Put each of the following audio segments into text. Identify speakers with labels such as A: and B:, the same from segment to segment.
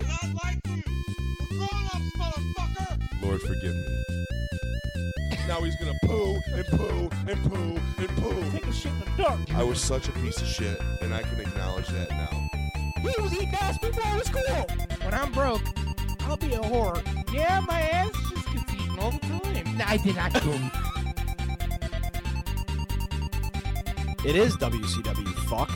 A: not like you. We're grown-ups, motherfucker.
B: Lord, forgive me.
C: Now he's gonna poo and poo and poo and poo.
D: Take a shit in the dark.
C: I was such a piece of shit, and I can acknowledge that now.
D: He was eating ass before it was cool. When I'm broke, I'll be a whore. Yeah, my ass just gets eaten all the time. I did not kill him.
E: It is WCW. Fuck.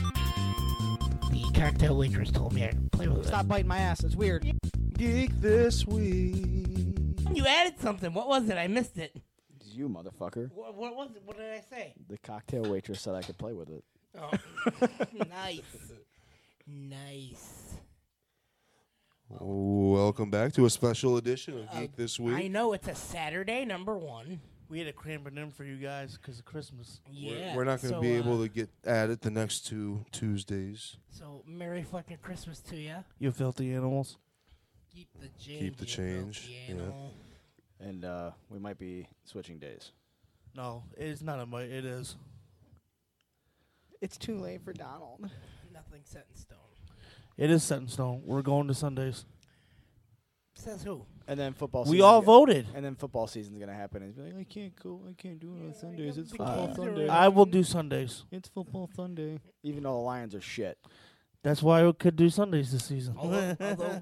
D: The cocktail waitress told me I could play with
E: Stop biting my ass. It's weird.
C: Geek this week.
D: it. You added something. What was it? I missed it.
E: You motherfucker.
D: What, what was it? What did I say?
E: The cocktail waitress said I could play with it.
D: Oh, nice. Nice.
C: Welcome back to a special edition of Geek This Week.
D: Uh, I know it's a Saturday, number one.
F: We had to cram it in for you guys because of Christmas.
C: We're-
D: Yeah.
C: we're, not going to
D: so,
C: be
D: uh,
C: able to get at it the next two Tuesdays.
D: So, Merry fucking Christmas to you.
F: You filthy animals.
D: Keep the change.
C: Keep the
D: you filthy
C: change, yeah.
D: animal.
E: And uh, we might be switching days.
F: No, it's not a might. It is.
E: It's too late for Donald.
D: Nothing set in stone.
F: It is set in stone. We're going to Sundays.
D: Says who?
E: And then football.
F: We
E: season-
F: all voted.
E: And then football season's gonna happen. And it's like I can't go. I can't do it on Sundays. It's
D: the
E: football
D: kids are
E: Sunday.
F: I will do Sundays.
E: It's football Sunday. Even though the Lions are shit.
F: That's why I could do Sundays this season.
D: Although, although,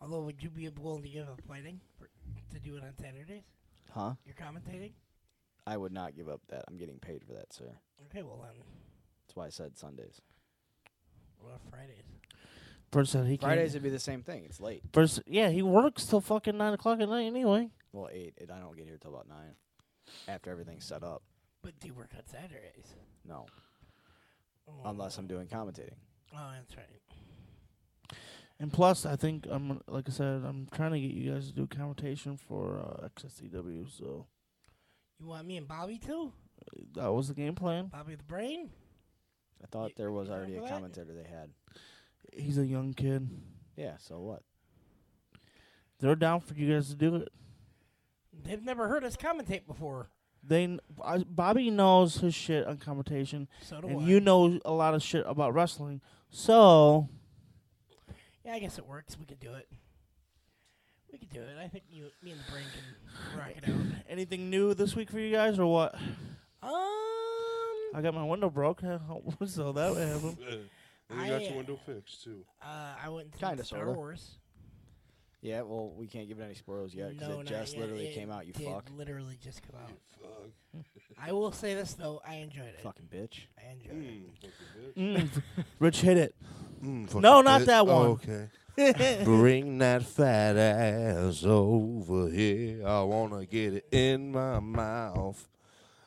D: although, would you be willing to give up fighting for, to do it on Saturdays?
E: Huh?
D: You're commentating?
E: I would not give up that. I'm getting paid for that, sir.
D: Okay, well then,
E: That's why I said Sundays.
D: what about Fridays?
F: First said he can't-
E: Fridays would be the same thing. It's late.
F: First, yeah, he works till fucking nine o'clock at night anyway.
E: Well, eight. And I don't get here till about nine. After everything's set up.
D: But do you work on Saturdays?
E: No.
D: Oh,
E: Unless I'm doing commentating.
D: Oh, that's right.
F: And plus, I think I'm like I said, I'm trying to get you guys to do commentation for uh, XSCW. So
D: You want me and Bobby too?
F: that was the game plan.
D: Bobby the Brain?
E: I thought there was
D: you
E: already a
D: remember that?
E: commentator they had.
F: He's a young kid.
E: Yeah, so what?
F: They're down for you guys to do it.
D: They've never heard us commentate before.
F: They kn- I, Bobby knows his shit on commentation,
D: So do
F: and
D: I.
F: you know a lot of shit about wrestling. So
D: yeah, I guess it works. We could do it. We could do it. I think you, me and the Brain can rock it out.
F: anything new this week for you guys or what?
D: Um,
F: I got my window broke, so that would happen.
D: I, got your uh, window
C: fixed too.
D: uh, I went to
E: Kinda,
D: Star
E: sorta.
D: Wars.
E: Yeah, well, we can't give it any spoilers yet because
D: No,
E: it
D: not
E: just
D: yet.
E: literally
D: It
E: came out. You
D: did
E: fuck,
D: Literally just come out. I will say this though, I enjoyed it.
E: fucking bitch.
D: I enjoyed
C: Hmm.
D: it.
F: Mm. Rich hit it. No, not that one.
C: Oh, okay. Bring that fat ass over here. I wanna get it in my mouth.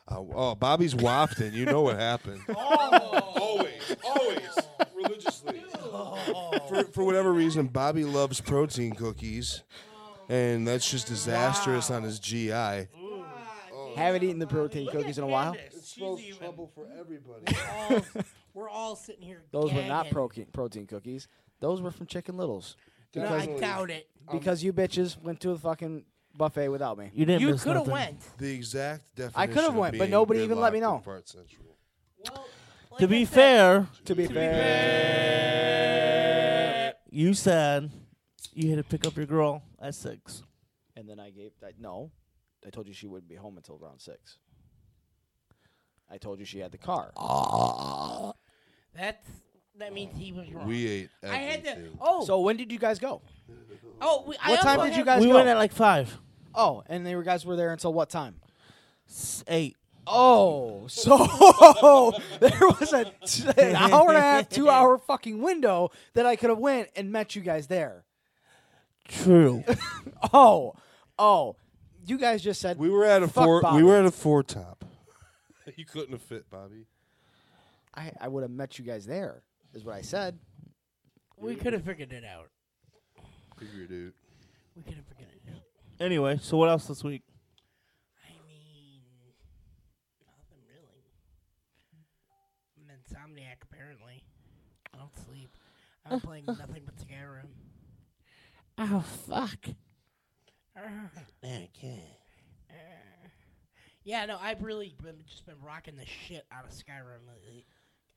C: I- oh, Bobby's wafting. You know what happened.
D: Oh,
C: always, always, religiously. For, for whatever reason, Bobby loves protein cookies, and that's just disastrous on his GI.
E: Haven't eaten the protein cookies in a while.
C: for everybody.
D: all- we're all sitting here.
E: Those were not
D: gagging.
E: protein protein cookies. Those were from Chicken Littles
D: No, I
C: Definitely.
D: doubt it.
E: because you bitches went to the fucking buffet without me.
F: You didn't.
D: You
F: miss
D: could have
F: nothing.
D: went.
C: The exact definition.
E: I could've
C: of
E: went, but
C: being
E: nobody even let me
C: gridlocked
E: know.
C: in Parts Central.
D: Well, like
F: To
D: I
F: be
D: said,
F: fair,
E: To be fair.
F: you said you had to pick up your girl at six.
E: And then I gave I, no. I told you she wouldn't be home until around six. I told you she had the car.
D: that's that means he was wrong.
C: We ate.
D: I had to.
C: everything.
D: Oh,
E: So when did you guys go?
D: oh. We, I
E: What time
D: also
E: did you
D: had-
E: guys
F: we
E: go?
F: went at like five,
E: oh, and they were guys were there until what time?
F: s- eight.
E: Oh, so there was a t- an hour and a half, two hour fucking window that I could have went and met you guys there.
F: True.
E: Oh, oh, you guys just said
C: We were at a
E: Fuck
C: four. We
E: Bobby.
C: were at a four top. you couldn't have fit, Bobby.
E: I, I would have met you guys there. Is what I said.
D: We could have figured it out.
C: Figure, dude.
D: We could have figured it out.
F: anyway, so what else this week?
D: I mean, nothing really. I'm an insomniac apparently. I don't sleep. I'm playing nothing but Skyrim.
F: Oh fuck.
D: Arr. Arr. Yeah, no, I've really been, just been rocking the shit out of Skyrim lately.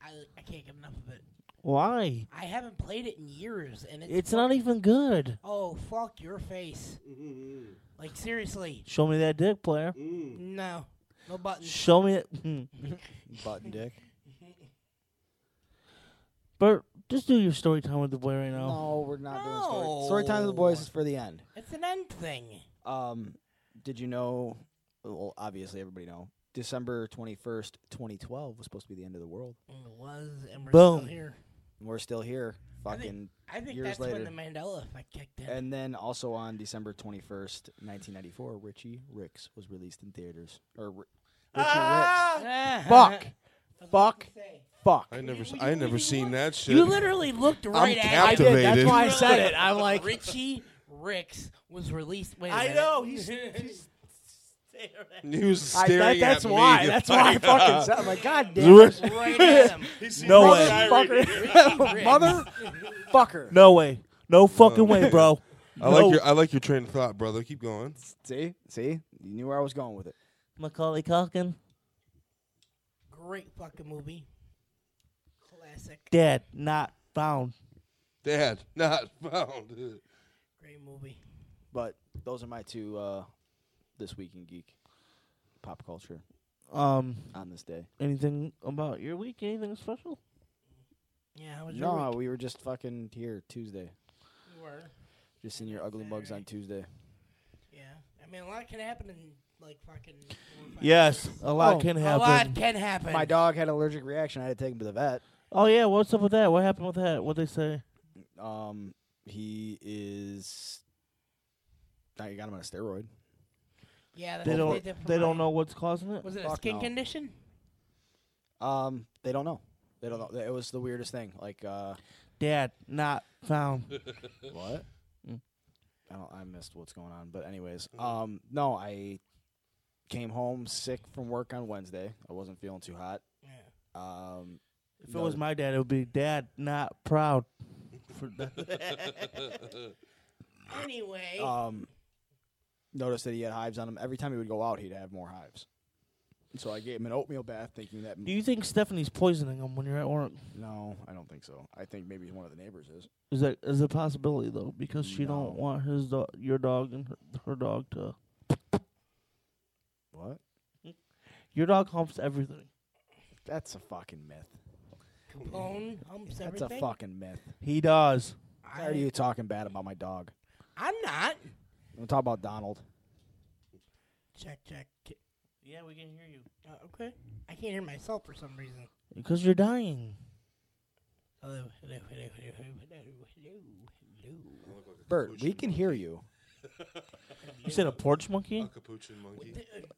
D: I, I can't get enough of it.
F: Why?
D: I haven't played it in years, and it's,
F: It's not even good.
D: Oh fuck your face! Like seriously,
F: Show me that dick, player.
D: no, no buttons.
F: Show me it. Hmm.
E: Button dick.
F: Bert, just do your story time with the boy right now.
E: No, we're not doing story.
D: No.
E: Story time with the boys is for the end.
D: It's an end thing.
E: Um, did you know? Well, obviously everybody know. December twenty first, twenty twelve was supposed to be the end of the world.
D: It was, and we're
F: Boom.
D: still here.
E: And we're still here,
D: think-
E: fucking.
D: I think
E: Years
D: that's
E: later.
D: when the Mandela effect kicked in.
E: And then also on December twenty first, nineteen ninety four, Richie Ricks was released in theaters. Or Ri- Richie Ricks.
G: Fuck. Fuck.
D: Say.
G: Fuck.
C: I never, s- I never seen that shit.
D: You literally looked right
G: I
D: at
C: captive.
D: me.
G: did. That's
C: Activated.
G: why I said it. I'm like,
D: Richie Ricks was released. Wait a
F: I
D: minute.
F: know, he's-
C: he was
G: I, that-
C: staring at
G: that's
C: me.
G: why. That's why I fucking said. I'm like, god damn it,
F: Zurich.
D: right at him.
G: no
F: way.
G: motherfucker, mother, fucker.
F: No way. No fucking way, bro.
C: I like
F: No.
C: your, I like your train of thought, brother. Keep going.
E: See, see, you knew where I was going with it.
F: Macaulay Culkin.
D: Great fucking movie. Classic.
F: Dead, not found.
C: Dad, not found.
D: Great movie.
E: But those are my two uh, this week in geek pop culture
F: Um,
E: on this day.
F: anything about your week? Anything special?
D: Yeah, how was your
E: No,
D: week?
E: we were just fucking here Tuesday.
D: You were.
E: Just in your ugly mugs on Tuesday.
D: Yeah. I mean, a lot can happen in like fucking. four or five
F: Yes,
D: minutes.
F: a lot
E: Oh,
F: can
D: A lot
F: happen.
D: can happen.
E: My dog had an allergic reaction. I had to take him to the vet.
F: Oh yeah, what's up with that? What happened with that? What they say?
E: Um, he is. Now you got him on a steroid.
D: Yeah, that's
F: They
D: what
F: don't.
D: did for
F: They don't
D: mine.
F: know what's causing it.
D: Was it a
E: Fuck
D: skin
E: no.
D: condition?
E: Um, they don't know. They don't know. It was the weirdest thing. Like, uh,
F: Dad, not found.
E: what?
F: Mm.
E: I don't. I missed what's going on. But anyways, um, no, I came home sick from work on Wednesday. I wasn't feeling too hot.
D: Yeah.
E: Um,
F: If it
E: No.
F: was my dad, it would be Dad, not proud. For that.
D: Anyway.
E: um, noticed that he had hives on him. Every time he would go out, he'd have more hives. So I gave him an oatmeal bath, thinking that
F: Do you think Stephanie's poisoning him when you're at work?
E: No, I don't think so. I think maybe one of the neighbors is.
F: Is that is a possibility though? Because she
E: No.
F: don't want his dog, your dog, and her, her dog to.
E: What?
F: Your dog humps everything.
E: That's a fucking myth.
D: Capone humps
E: That's
D: everything.
E: a fucking myth.
F: He does.
E: Why are you talking bad about my dog?
D: I'm not.
E: I'm talking about Donald.
D: Check, check. ki-
F: Yeah, we can hear you.
D: Uh, okay. I can't hear myself for some reason.
F: Because you're dying.
D: Hello, hello, hello, hello, hello, hello, hello, hello.
E: Bert, we can hear you.
F: You said a porch monkey?
C: capuchin monkey.
D: What the- uh,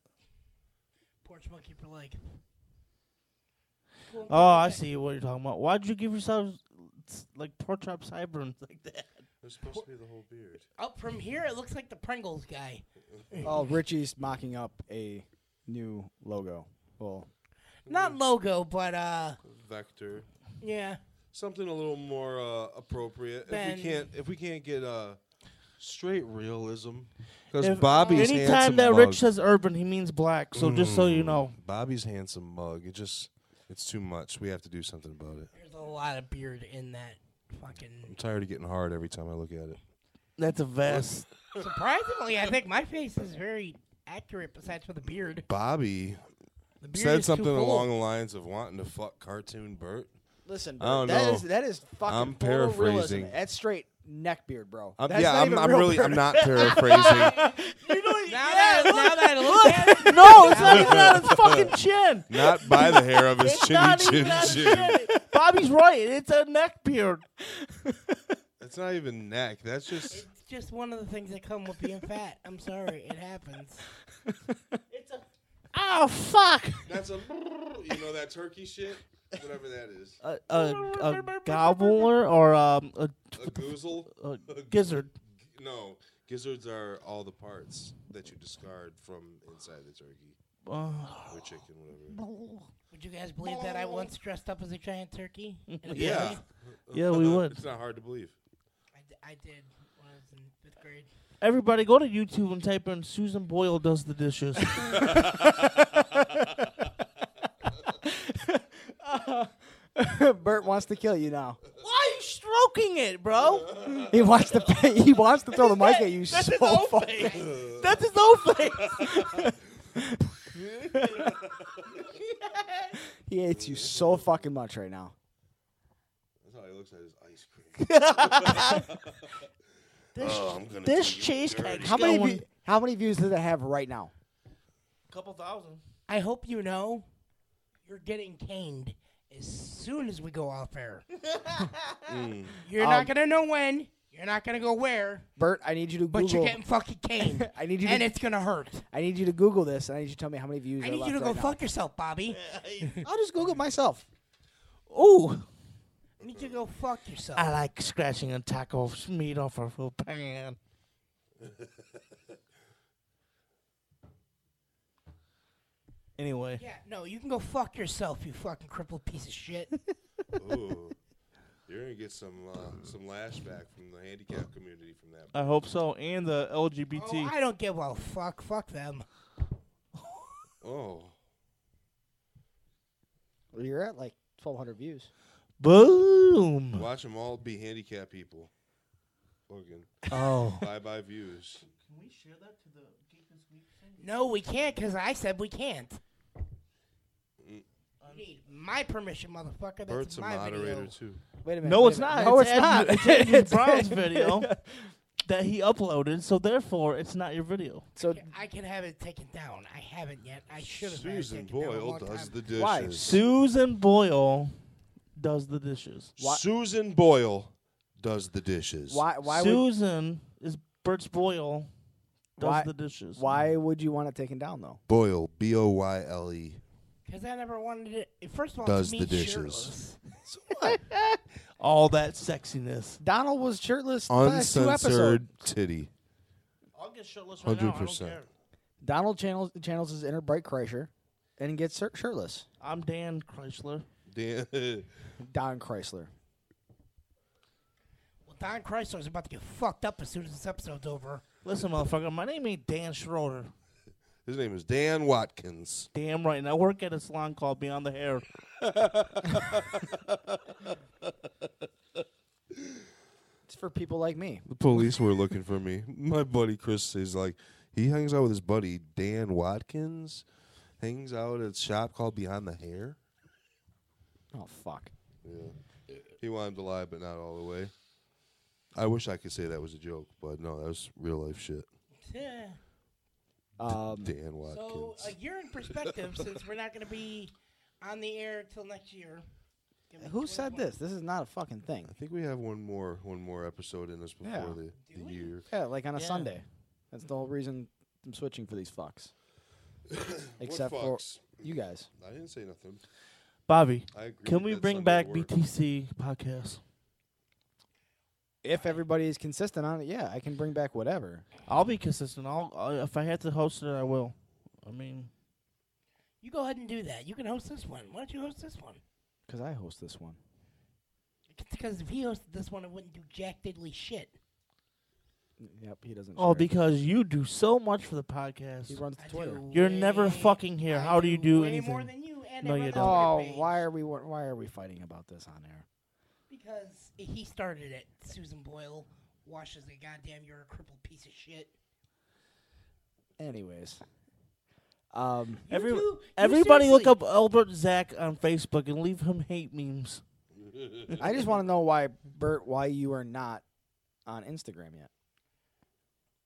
D: Porch monkey for like.
F: Oh, I see what you're talking about. Why'd you give yourself s- like pork chop sideburns like that?
C: It's supposed to be the whole beard.
D: Up from here, it looks like the Pringles guy.
E: Oh, Richie's mocking up a new logo. Well,
D: Not logo, but uh,
C: Vector.
D: yeah.
C: Something a little more uh, appropriate. If
D: Ben.
C: we can't, if we can't get uh, straight realism, because
F: If-
C: Bobby's
F: Anytime
C: handsome
F: that
C: mug.
F: Rich says urban, he means black. So just so you know,
C: Bobby's handsome mug. It just, it's too much. We have to do something about it.
D: There's a lot of beard in that
C: I'm
D: fucking.
C: tired of getting hard every time I look at it.
F: that's a vest.
D: Surprisingly, I think my face is very accurate. Besides for the beard,
C: Bobby
D: the beard
C: said
D: is too
C: something
D: full.
C: along the lines of wanting to fuck cartoon Bert.
E: listen,
C: I don't
E: Bert, that
C: know.
E: is- that is fucking
C: I'm
E: photorealism.
C: paraphrasing.
E: That's straight neckbeard, bro.
C: I'm,
E: That's
C: yeah,
E: not
C: I'm,
E: even
C: I'm
E: real
C: really,
E: Bert.
C: I'm not paraphrasing.
D: Now that, I- now that I look at it,
F: no, it's not even on his fucking chin.
C: not by the hair of his
F: It's
C: chinny
F: not
C: chin
F: even on his
C: chin.
F: chin. Bobby's right. It's a neck beard.
C: It's not even neck. That's just.
D: It's just one of the things that come with being fat. I'm sorry, it happens. It's a
F: Oh fuck!
C: That's a. You know that turkey shit? Whatever that is.
F: A, a, a gobbler or um, a,
C: A goozle?
F: a gizzard.
C: No. Gizzards are all the parts that you discard from inside the turkey
F: Uh,
C: or chicken, whatever.
D: Would you guys believe that I once dressed up as a giant turkey? In a
C: Yeah.
D: baby?
F: Yeah, we would.
C: It's not hard to believe.
D: I, d- I did when I was in fifth grade.
F: everybody, go to YouTube and type in Susan Boyle does the dishes.
E: Bert wants to kill you now.
H: Why are you stroking it, bro?
E: He wants to he wants to throw the mic at you
H: That's
E: so
H: his own
E: fu-
H: face. That's his own face.
E: he hates you so fucking much right now.
C: That's how he looks at his ice cream. oh, I'm gonna
H: this
C: do you
H: cheesecake.
C: dirty.
E: How many
F: one-
E: vi- how many views does it have right now?
F: Couple thousand.
D: I hope you know you're getting caned as soon as we go off air. Mm. You're not going to know when. You're not going to go where.
E: Bert, I need you to
D: But
E: Google.
D: you're getting fucking caned.
E: I need you
D: and
E: to-
D: it's going to hurt.
E: I need you to Google this, and I need you to tell me how many views.
D: I
E: are
D: need you
E: left
D: to go
E: right now.
D: fuck yourself, Bobby.
E: I'll just Google it myself.
F: Ooh,
D: I need you to go fuck yourself.
F: I like scratching and taco off meat off a full pan. anyway,
D: yeah, no, you can go fuck yourself, you fucking crippled piece of shit.
C: Ooh. You're gonna get some uh, some lashback from the handicap community from that.
F: I hope so. And the LGBT.
D: oh, I don't give a fuck. Fuck them.
C: Oh,
E: Well, you're at like 1,200 views.
F: Boom.
C: watch them all be handicapped people. Logan,
F: Oh.
C: bye bye views.
D: No, we can't because I said we can't. You need my permission, motherfucker. That's
C: Bert's a
D: my
C: moderator
D: video.
C: too.
E: Wait a minute.
F: No,
E: wait
F: it's
E: a minute.
F: not.
E: No, it's,
F: It's
E: not.
F: Andrew- it's Andrew
E: It's-
F: Brown's video that he uploaded, so therefore it's not your video.
E: So
D: I can have it taken down. I haven't yet. I should have. had it
C: Susan
D: taken down a
C: Boyle
D: long
C: does
D: time.
C: the
E: Why?
C: dishes.
F: Susan Boyle does the dishes.
E: Why-
C: Susan Boyle does the dishes.
E: why why would
F: Susan is Bert's Boyle does
E: Why-
F: the dishes.
E: why would you want it taken down though?
C: Boyle, B O Y L E.
D: Because I never wanted it. First of all,
C: Does
D: to
C: the
D: me,
C: dishes.
D: shirtless.
F: All that sexiness.
E: Donald was shirtless the last two episodes.
C: Uncensored titty.
F: I'll get shirtless
C: right now, I don't 100%. care.
E: Donald channels channels his inner bright Kreischer and gets shir- shirtless.
F: I'm Dan Chrysler.
C: Dan-
E: Don Chrysler.
D: Well, Don Chrysler's about to get fucked up as soon as this episode's over.
F: Listen, motherfucker, my name ain't Dan Schroeder.
C: His name is Dan Watkins.
F: Damn right. And I work at a salon called Beyond the Hair.
E: It's for people like me.
C: The police were looking for me. My buddy Chris is like, he hangs out with his buddy Dan Watkins. Hangs out at a shop called Behind the Hair.
E: Oh fuck.
C: He wanted to lie, but not all the way. I wish I could say that was a joke, but no, that was real life shit.
D: Yeah.
E: Um,
C: Dan
D: So
C: Watkins.
D: a year in perspective, since we're not going to be on the air till next year. Give me
E: who said
D: 20.
E: this? This is not a fucking thing.
C: I think we have one more one more episode in us before
E: Yeah.
C: the, the year.
E: Yeah, like on a
F: Yeah.
E: Sunday. That's the whole reason I'm switching for these fucks. Except for
C: fucks?
E: you guys.
C: I didn't say nothing.
F: Bobby,
C: I agree.
F: can we
C: That's
F: bring
C: Sunday
F: back
C: work.
F: BTC podcast?
E: If everybody is consistent on it, yeah, I can bring back whatever.
F: I'll be consistent. I'll I, if I had to host it, I will. I mean,
D: You go ahead and do that. You can host this one. Why don't you host this one?
E: Because I host this one.
D: Because if he hosted this one, it wouldn't do jack diddly shit.
E: Yep, he doesn't.
F: all
E: share.
F: Oh, because you do so much for the
E: he
F: podcast.
E: runs
D: I
E: the Twitter.
D: do
F: You're never
D: way-
F: fucking here.
D: I
F: How do you do
D: way
F: anything?
D: more than you, and I
F: No,
D: run
F: you
D: the
F: don't.
D: Twitter
E: Oh,
D: page.
E: why are we wa- why are we fighting about this on air?
D: Because he started it. Susan Boyle washes a goddamn. You're a crippled piece of shit.
E: Anyways, um,
F: Every-
D: you, do- you
F: Everybody, look
D: seriously-
F: up Albert Zach on Facebook and leave him hate memes.
E: I just want to know why Bert, why you are not on Instagram yet.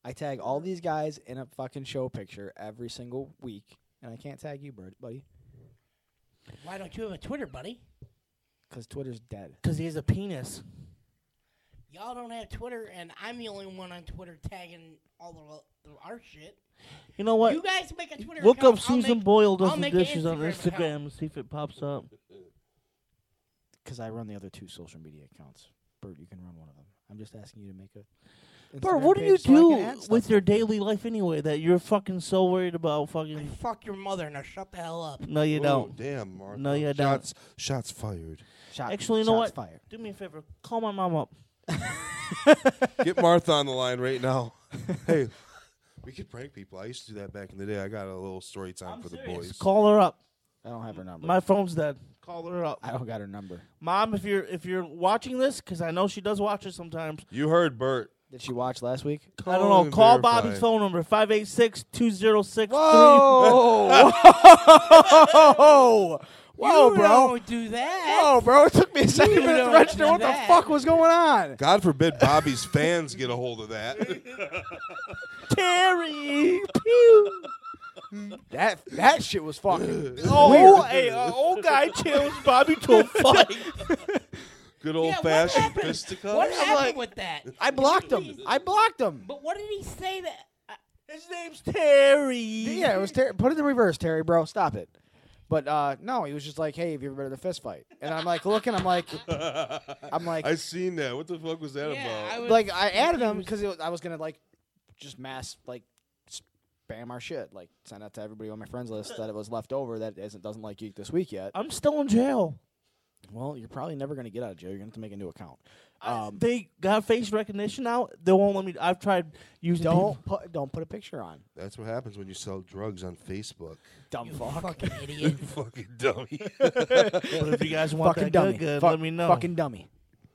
E: I tag all these guys in a fucking show picture every single week, and I can't tag you, Bert, buddy,
D: Why don't you have a Twitter, buddy?
E: because Twitter's dead.
F: Because he has a penis.
D: Y'all don't have Twitter, and I'm the only one on Twitter tagging all the, lo- the our shit.
F: You know what?
D: You guys make a Twitter.
F: Look
D: account,
F: up
D: I'll
F: Susan
D: make-
F: Boyle
D: I'll
F: does the
D: make an
F: dishes on
D: Instagram account.
F: Instagram and see if it pops up.
E: Because I run the other two social media accounts. Bert, you can run one of them. I'm just asking you to make a.
F: Bro,
E: Instagram
F: what do you
E: page so I can
F: do
E: add
F: with
E: stuff.
F: your daily life anyway that you're fucking so worried about
D: I
F: fucking?
D: fuck your mother now. Shut the hell up.
F: No, you
C: Ooh,
F: don't.
C: Oh, Damn, Mark.
F: No, you don't.
C: shots, Shots fired.
E: Shot,
F: Actually, you know
E: shots
F: what?
E: Fired.
F: Do me a favor. Call my mom up.
C: Get Martha on the line right now. hey, we could prank people. I used to do that back in the day. I got a little story time for the boys.
F: Call her up.
E: I don't have her number.
F: My phone's dead. Call her up,
E: I don't got her number.
F: Mom. If you're if you're watching this, because I know she does watch it sometimes.
C: You heard Bert.
E: Did she watch last week?
F: I don't know. Call
C: verify.
F: Bobby's phone number 586 206
E: Oh. Whoa! Whoa! Whoa,
D: you
F: Oh.
E: bro!
D: Don't do that.
E: Whoa, bro! It took me a second minute to
D: don't
E: register
D: do
E: what the
D: that.
E: fuck was going on.
C: God forbid Bobby's fans get a hold of that.
F: Terry. Pew.
E: That that shit was fucking.
F: Oh, hey, uh, old guy challenged Bobby to a fight.
C: Good
D: Yeah,
C: old
D: what
C: fashioned
D: happened?
C: fisticuffs.
D: What happened
F: like-
D: with that?
E: I blocked him. I blocked him.
D: But what did he say that? uh, I-
F: His name's Terry.
E: Yeah, it was Terry. Put it in reverse, Terry, bro. Stop it. But uh, no, he was just like, "Hey, have you ever been in a fist fight?" And I'm like, looking, I'm like, I'm like,
C: I seen that. What the fuck was that
D: yeah, I
C: about?
D: was
E: like I added him because I was gonna like just mass like spam our shit, like send out to everybody on my friends list that it was left over that isn't doesn't like Geek this week yet.
F: I'm still in jail.
E: Well, you're probably never gonna get out of jail. You're gonna have to make a new account.
F: I-
E: Um,
F: they got face recognition now. They won't let me. I've tried using.
E: don't put don't put a picture on,
C: That's what happens when you sell drugs on Facebook. Oh,
E: dumb fuck.
D: fucking idiot.
C: fucking dummy.
F: people. But if you guys want
E: Fucking
F: that
E: dummy.
F: good, good,
E: Fuck-
F: let me know.
E: Fucking dummy.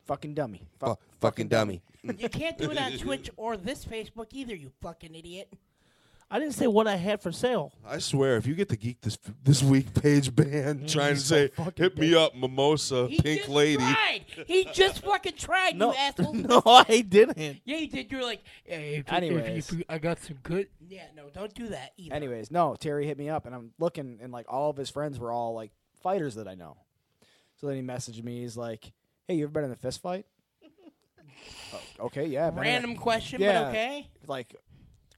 E: Fucking dummy. Fuck.
C: fucking dummy.
D: you can't do it on Twitch or this Facebook either. You fucking idiot.
F: I didn't say what I had for sale.
C: I swear, if you get the geek this this week page banned, trying to say hit me up, mimosa,
D: He
C: pink
D: just
C: lady.
D: Tried. He just fucking tried.
F: No,
D: You asshole.
F: no, I didn't.
D: Yeah, you did. You were like, hey, if,
E: Anyways.
D: I got some good. Yeah, no, don't do that either.
E: Anyways, no, Terry hit me up and I'm looking and like all of his friends were all like fighters that I know. So then he messaged me, he's like, Hey, you ever been in a fist fight? Oh, okay, yeah. been in a-
D: Random question,
E: Yeah.
D: but okay.
E: like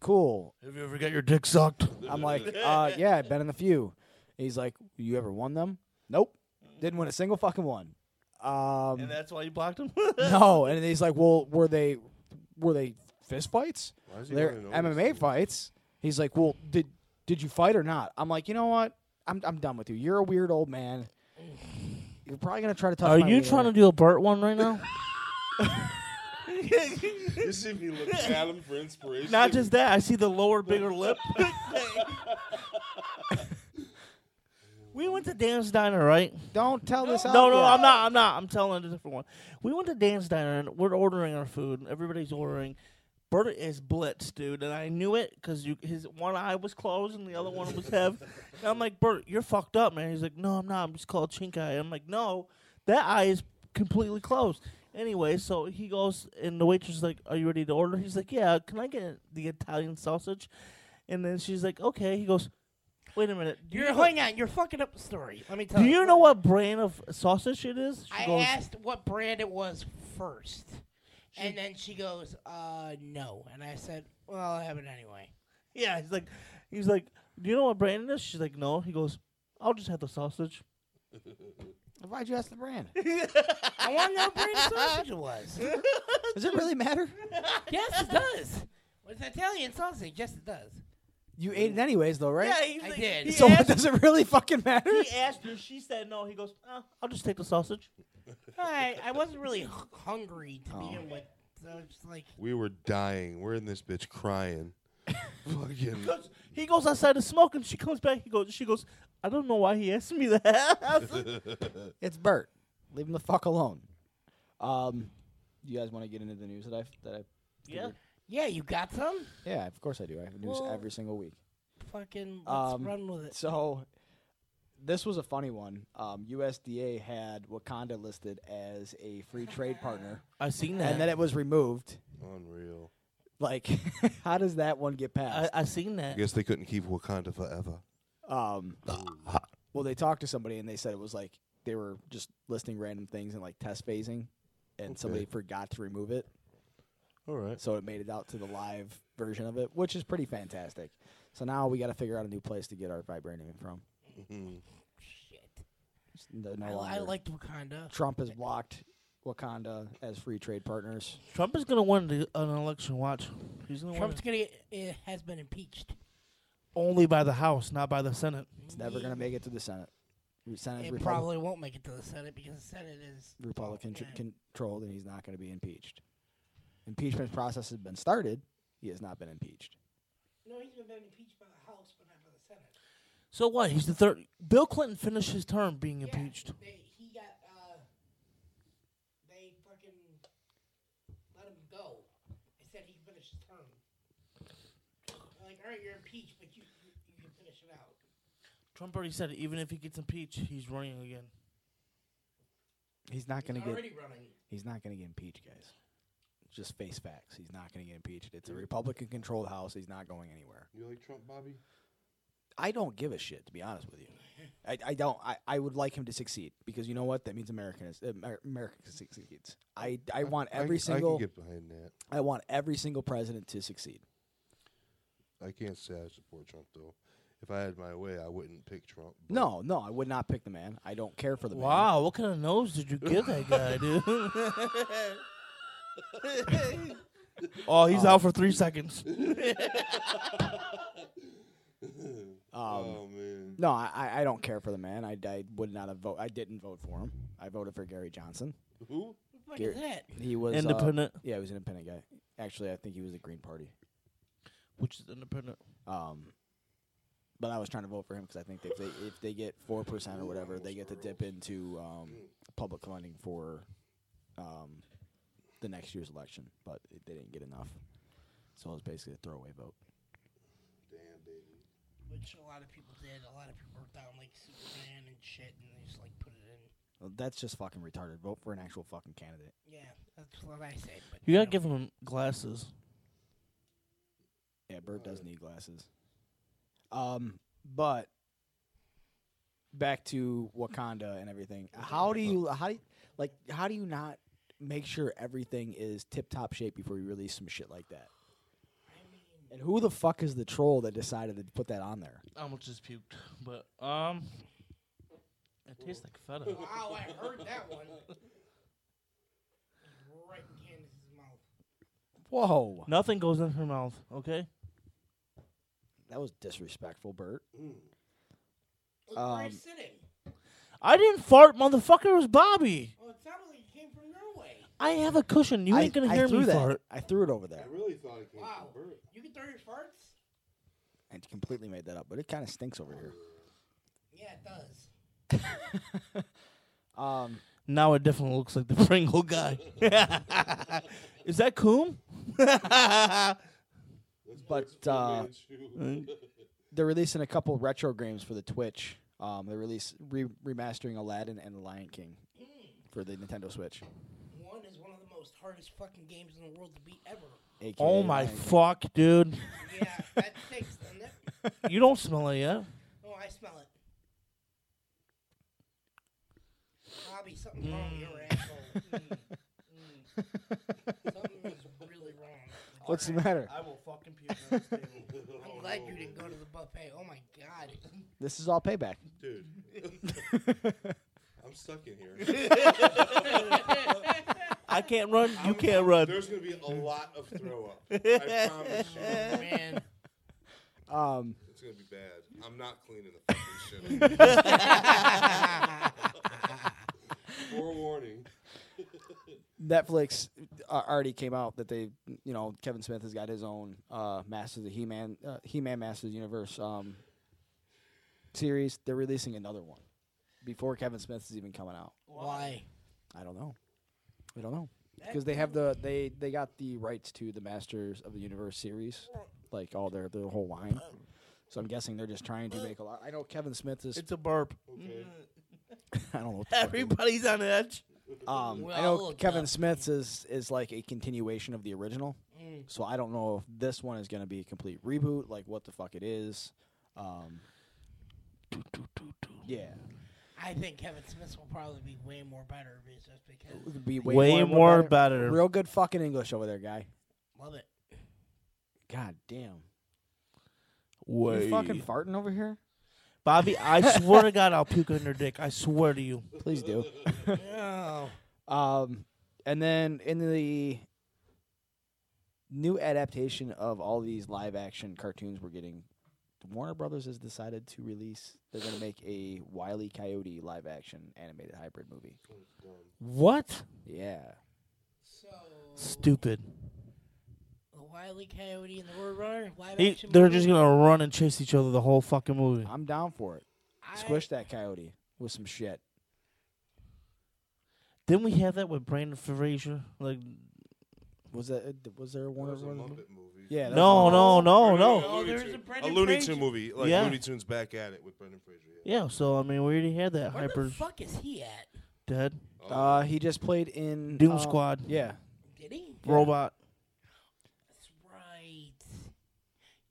E: cool.
F: Have you ever got your dick sucked?
E: I'm like, uh, yeah, I've been in a few. He's like, you ever won them? Nope, didn't win a single fucking one. Um,
F: And that's why you blocked him.
E: no, and he's like, well, were they, were they fist fights?
C: Why does he
E: They're
C: wanna know these
E: MMA
C: things?
E: fights. He's like, well, did did you fight or not? I'm like, you know what? I'm I'm done with you. You're a weird old man. You're probably gonna try to touch.
F: Are
E: my
F: you
E: wiener."
F: trying to do a Burt one right now?
C: You see me looking at him for inspiration.
F: Not just that. I see the lower, bigger lip. we went to Dan's Diner, right?
E: Don't tell this out.
F: No, no,
E: yet.
F: I'm not. I'm not. I'm telling a different one. We went to Dan's Diner and we're ordering our food. and Everybody's ordering. Bert is blitzed, dude, and I knew it because his one eye was closed and the other one was half. And I'm like, Bert, you're fucked up, man. He's like, No, I'm not. I'm just called chink eye. I'm like, No, that eye is completely closed. Anyway, so he goes and the waitress is like, Are you ready to order? He's like, Yeah. Can I get the Italian sausage? And then she's like, Okay. He goes, Wait a minute. Do you
D: You're
F: know-
D: hang on. You're fucking up the story. Let me tell
F: do
D: you.
F: you know what brand of sausage it is? She
D: I
F: goes,
D: asked what brand it was first, and then she goes, "Uh, no." And I said, "Well, I'll have it anyway."
F: Yeah, he's like, he's like, do you know what brand it is? She's like, no. He goes, I'll just have the sausage.
E: Why'd you ask the brand?
D: I want to know what brand of sausage it was.
E: Does it really matter?
D: yes, it does. It's Italian sausage. Yes, it does.
E: You ate it anyways, though, right?
F: he's
D: I did.
F: He,
E: So what,
F: asked,
E: does it really fucking matter?
F: he asked her. She said no. He goes, uh, I'll just take the sausage.
D: I I wasn't really h- hungry
F: Oh.
D: to begin with, so it's like
C: We were dying. We're in this bitch crying. fucking.
F: Goes- He goes outside to smoke, and she comes back. He goes, she goes, I don't know why he asked me that. I was like,
E: It's Bert. Leave him the fuck alone. Um, you guys want to get into the news that I that I
F: yeah,
D: yeah, you got some.
E: yeah, of course I do. I have news
D: Well-
E: every single week.
D: Fucking let's
E: Um,
D: run with it.
E: So this was a funny one. Um, USDA had Wakanda listed as a free trade partner,
F: I seen that.
E: and then it was removed.
C: Unreal.
E: Like, how does that one get
F: I,
E: passed?
F: I seen
C: I
F: that.
C: guess they couldn't keep Wakanda forever.
E: um, well, they talked to somebody and they said it was like they were just listing random things and like test phasing, and somebody forgot to remove it.
C: All right.
E: so it made it out to the live version of it, which is pretty fantastic. So now we got to figure out a new place to get our vibranium from.
C: Mm-hmm.
D: Shit.
E: It's No, no
D: I, I
E: longer-
D: liked Wakanda.
E: Trump has blocked Wakanda as free trade partners.
F: Trump is gonna win the, an election. Watch, he's gonna
D: Trump's
F: win
D: gonna get, it has been impeached.
F: only by the House, not by the Senate.
E: It's never going to make it to the Senate. The Senate
D: It
E: Republi-
D: probably won't make it to the Senate because the Senate is
E: Republican tr-
D: Yeah.
E: controlled, and he's not going to be impeached. Impeachment process has been started. He has not been impeached.
D: No, he's been impeached by the House, but not by the Senate.
F: So what? He's the third. Bill Clinton finished his term being
D: Yeah,
F: impeached.
D: They, he got, uh, they fucking let him go. They said he finished his term. They're like, all right, you're impeached, but you, you, you can finish it out.
F: Trump already said even if he gets impeached, he's running again.
E: He's not going
D: He's
E: to get.
D: already running.
E: He's not going to get impeached, guys. Just face facts. He's not going to get impeached. It's a
D: Mm-hmm.
E: Republican-controlled House. He's not going anywhere.
C: You like Trump, Bobby?
E: I don't give a shit, to be honest with you. I, I don't. I, I would like him to succeed because you know what? That means American is, uh, Amer- America succeeds. I, I want every
C: I
E: single.
C: can get behind that.
E: I want every single president to succeed.
C: I can't say I support Trump though. If I had my way, I wouldn't pick Trump. but-
E: No, no, I would not pick the man. I don't care for the man.
F: Wow, what kind of nose did you give that guy, dude? oh, he's out for three seconds.
E: Um,
C: oh man.
E: no, I- I, I don't care for the man. I, I would not have vote. I didn't vote for him. I voted for Gary Johnson.
C: Who?
D: What the fuck
E: Gary-
D: is that?
E: He was uh,
F: Independent.
E: yeah, he was an independent guy. Actually, I think he was the Green Party.
F: Which is independent.
E: Um, but I was trying to vote for him because I think that if they if they get four percent or whatever, they get to dip into um, public funding for um, the next year's election. But it, they didn't get enough, so it was basically a throwaway vote.
C: Damn baby.
D: Which a lot of people did. A lot of people were down like Superman and shit, and they just like put it in.
E: Well, that's just fucking retarded. Vote for an actual fucking candidate.
D: Yeah, that's what I said. But
F: You gotta
D: know,
F: give him glasses.
E: Yeah, Bert does need glasses. Um, but back to Wakanda and everything. How do you how do you, like how do you not make sure everything is tip top shape before you release some shit like that? And who the fuck is the troll that decided to put that on there?
F: I almost just puked, but um, it tastes like feta.
D: Wow, I heard that one. right in Candace's mouth.
E: Whoa,
F: Nothing goes in her mouth. Okay.
E: that was disrespectful, Bert.
D: Look where
E: Um,
D: I'm sitting.
F: I didn't fart, motherfucker. It was Bobby.
D: Well, Oh, it sounded like it came from your way.
F: I have a cushion. You
E: I,
F: ain't gonna
E: I
F: hear
E: threw
F: me
E: that.
F: fart.
E: I threw it over there.
C: I really thought it came
D: Wow.
C: from Bert.
D: You can throw your farts?
E: I completely made that up, but it kind of stinks over here.
D: Yeah, it does.
E: Um,
F: Now it definitely looks like the Pringle guy. Is that Coom?
E: but uh,
C: Shoot.
E: they're releasing a couple retro games for the Twitch. Um, they release re- remastering Aladdin and The Lion King for the Nintendo Switch.
D: One is one of the most hardest fucking games in the world to beat ever.
E: AKA
F: oh my
E: Lion King.
F: fuck, dude!
D: Yeah, that stinks, doesn't it?
F: You don't smell it yet.
D: Oh, I smell it. Bobby, something's wrong with your asshole. Mm, mm. Something is really wrong.
E: What's the matter?
F: I will fucking puke.
D: I'm glad you didn't go to the buffet. Oh my god.
E: This is all payback.
C: Dude. I'm stuck in here.
F: I can't run. You can't run.
C: There's gonna be a lot of throw up. I promise you.
D: Man.
E: Um,
C: It's gonna be bad. I'm not cleaning the fucking shit. up. Forewarning.
E: Netflix uh, already came out that they, you know, Kevin Smith has got his own uh, Masters of He-Man, uh, He-Man Masters of the Universe um, series. They're releasing another one before Kevin Smith is even coming out.
D: Why?
E: I don't know. I don't know because they have the they they got the rights to the Masters of the Universe series, like all their their whole line. So I'm guessing they're just trying to make a lot. I know Kevin Smith is.
F: It's a burp.
C: Okay.
F: Mm-hmm.
E: I don't know. What the fuck he-
F: Everybody's on edge.
E: um,
D: Well,
E: I know
D: look,
E: Kevin
D: uh,
E: Smith's is is like a continuation of the original.
D: Mm.
E: So I don't know if this one is going to be a complete reboot, like what the fuck it is. Um, yeah,
D: I think Kevin Smith will probably be way more better if it's just because
E: It'd be way,
F: Way
E: more,
F: more
E: better.
F: better.
E: Real good fucking English over there, guy.
D: love it.
E: God damn.
F: Way.
E: You fucking farting over here?
F: Bobby, I swear to God, I'll puke on your dick. I swear to you.
E: Please do.
D: Oh,
E: Um, and then in the new adaptation of all these live action cartoons we're getting, Warner Brothers has decided to release. They're going to make a Wile E. Coyote live action animated hybrid movie.
F: What?
E: Yeah,
D: so
F: Stupid.
D: the Wiley Coyote and the Roadrunner. Live
F: He,
D: action
F: they're
D: movie.
F: just gonna run and chase each other the whole fucking movie.
E: I'm down for it.
D: I-
E: Squish that coyote with some shit.
F: Didn't we have that with Brandon Fraser? Like,
E: Was that? Was there one?
C: was
E: of
C: a
E: one?
C: Muppet movie.
E: Yeah. that
F: no,
E: was one of-
F: no, no,
C: Or
F: no.
C: a
D: Oh,
C: Looney
D: there's
C: Tunes-
D: a
C: a
D: Brendan
C: Looney
D: Fraser.
C: Tune movie, like
F: Yeah.
C: Looney Tunes back at it with Brendan Fraser. Yeah.
F: Yeah, so I mean, we already had that.
D: Where
F: Hyper
D: the fuck is he at?
F: dead Uh,
E: Uh, he just played in
F: Doom
E: um,
F: Squad
E: Yeah.
D: Did he?
F: robot.
D: That's right.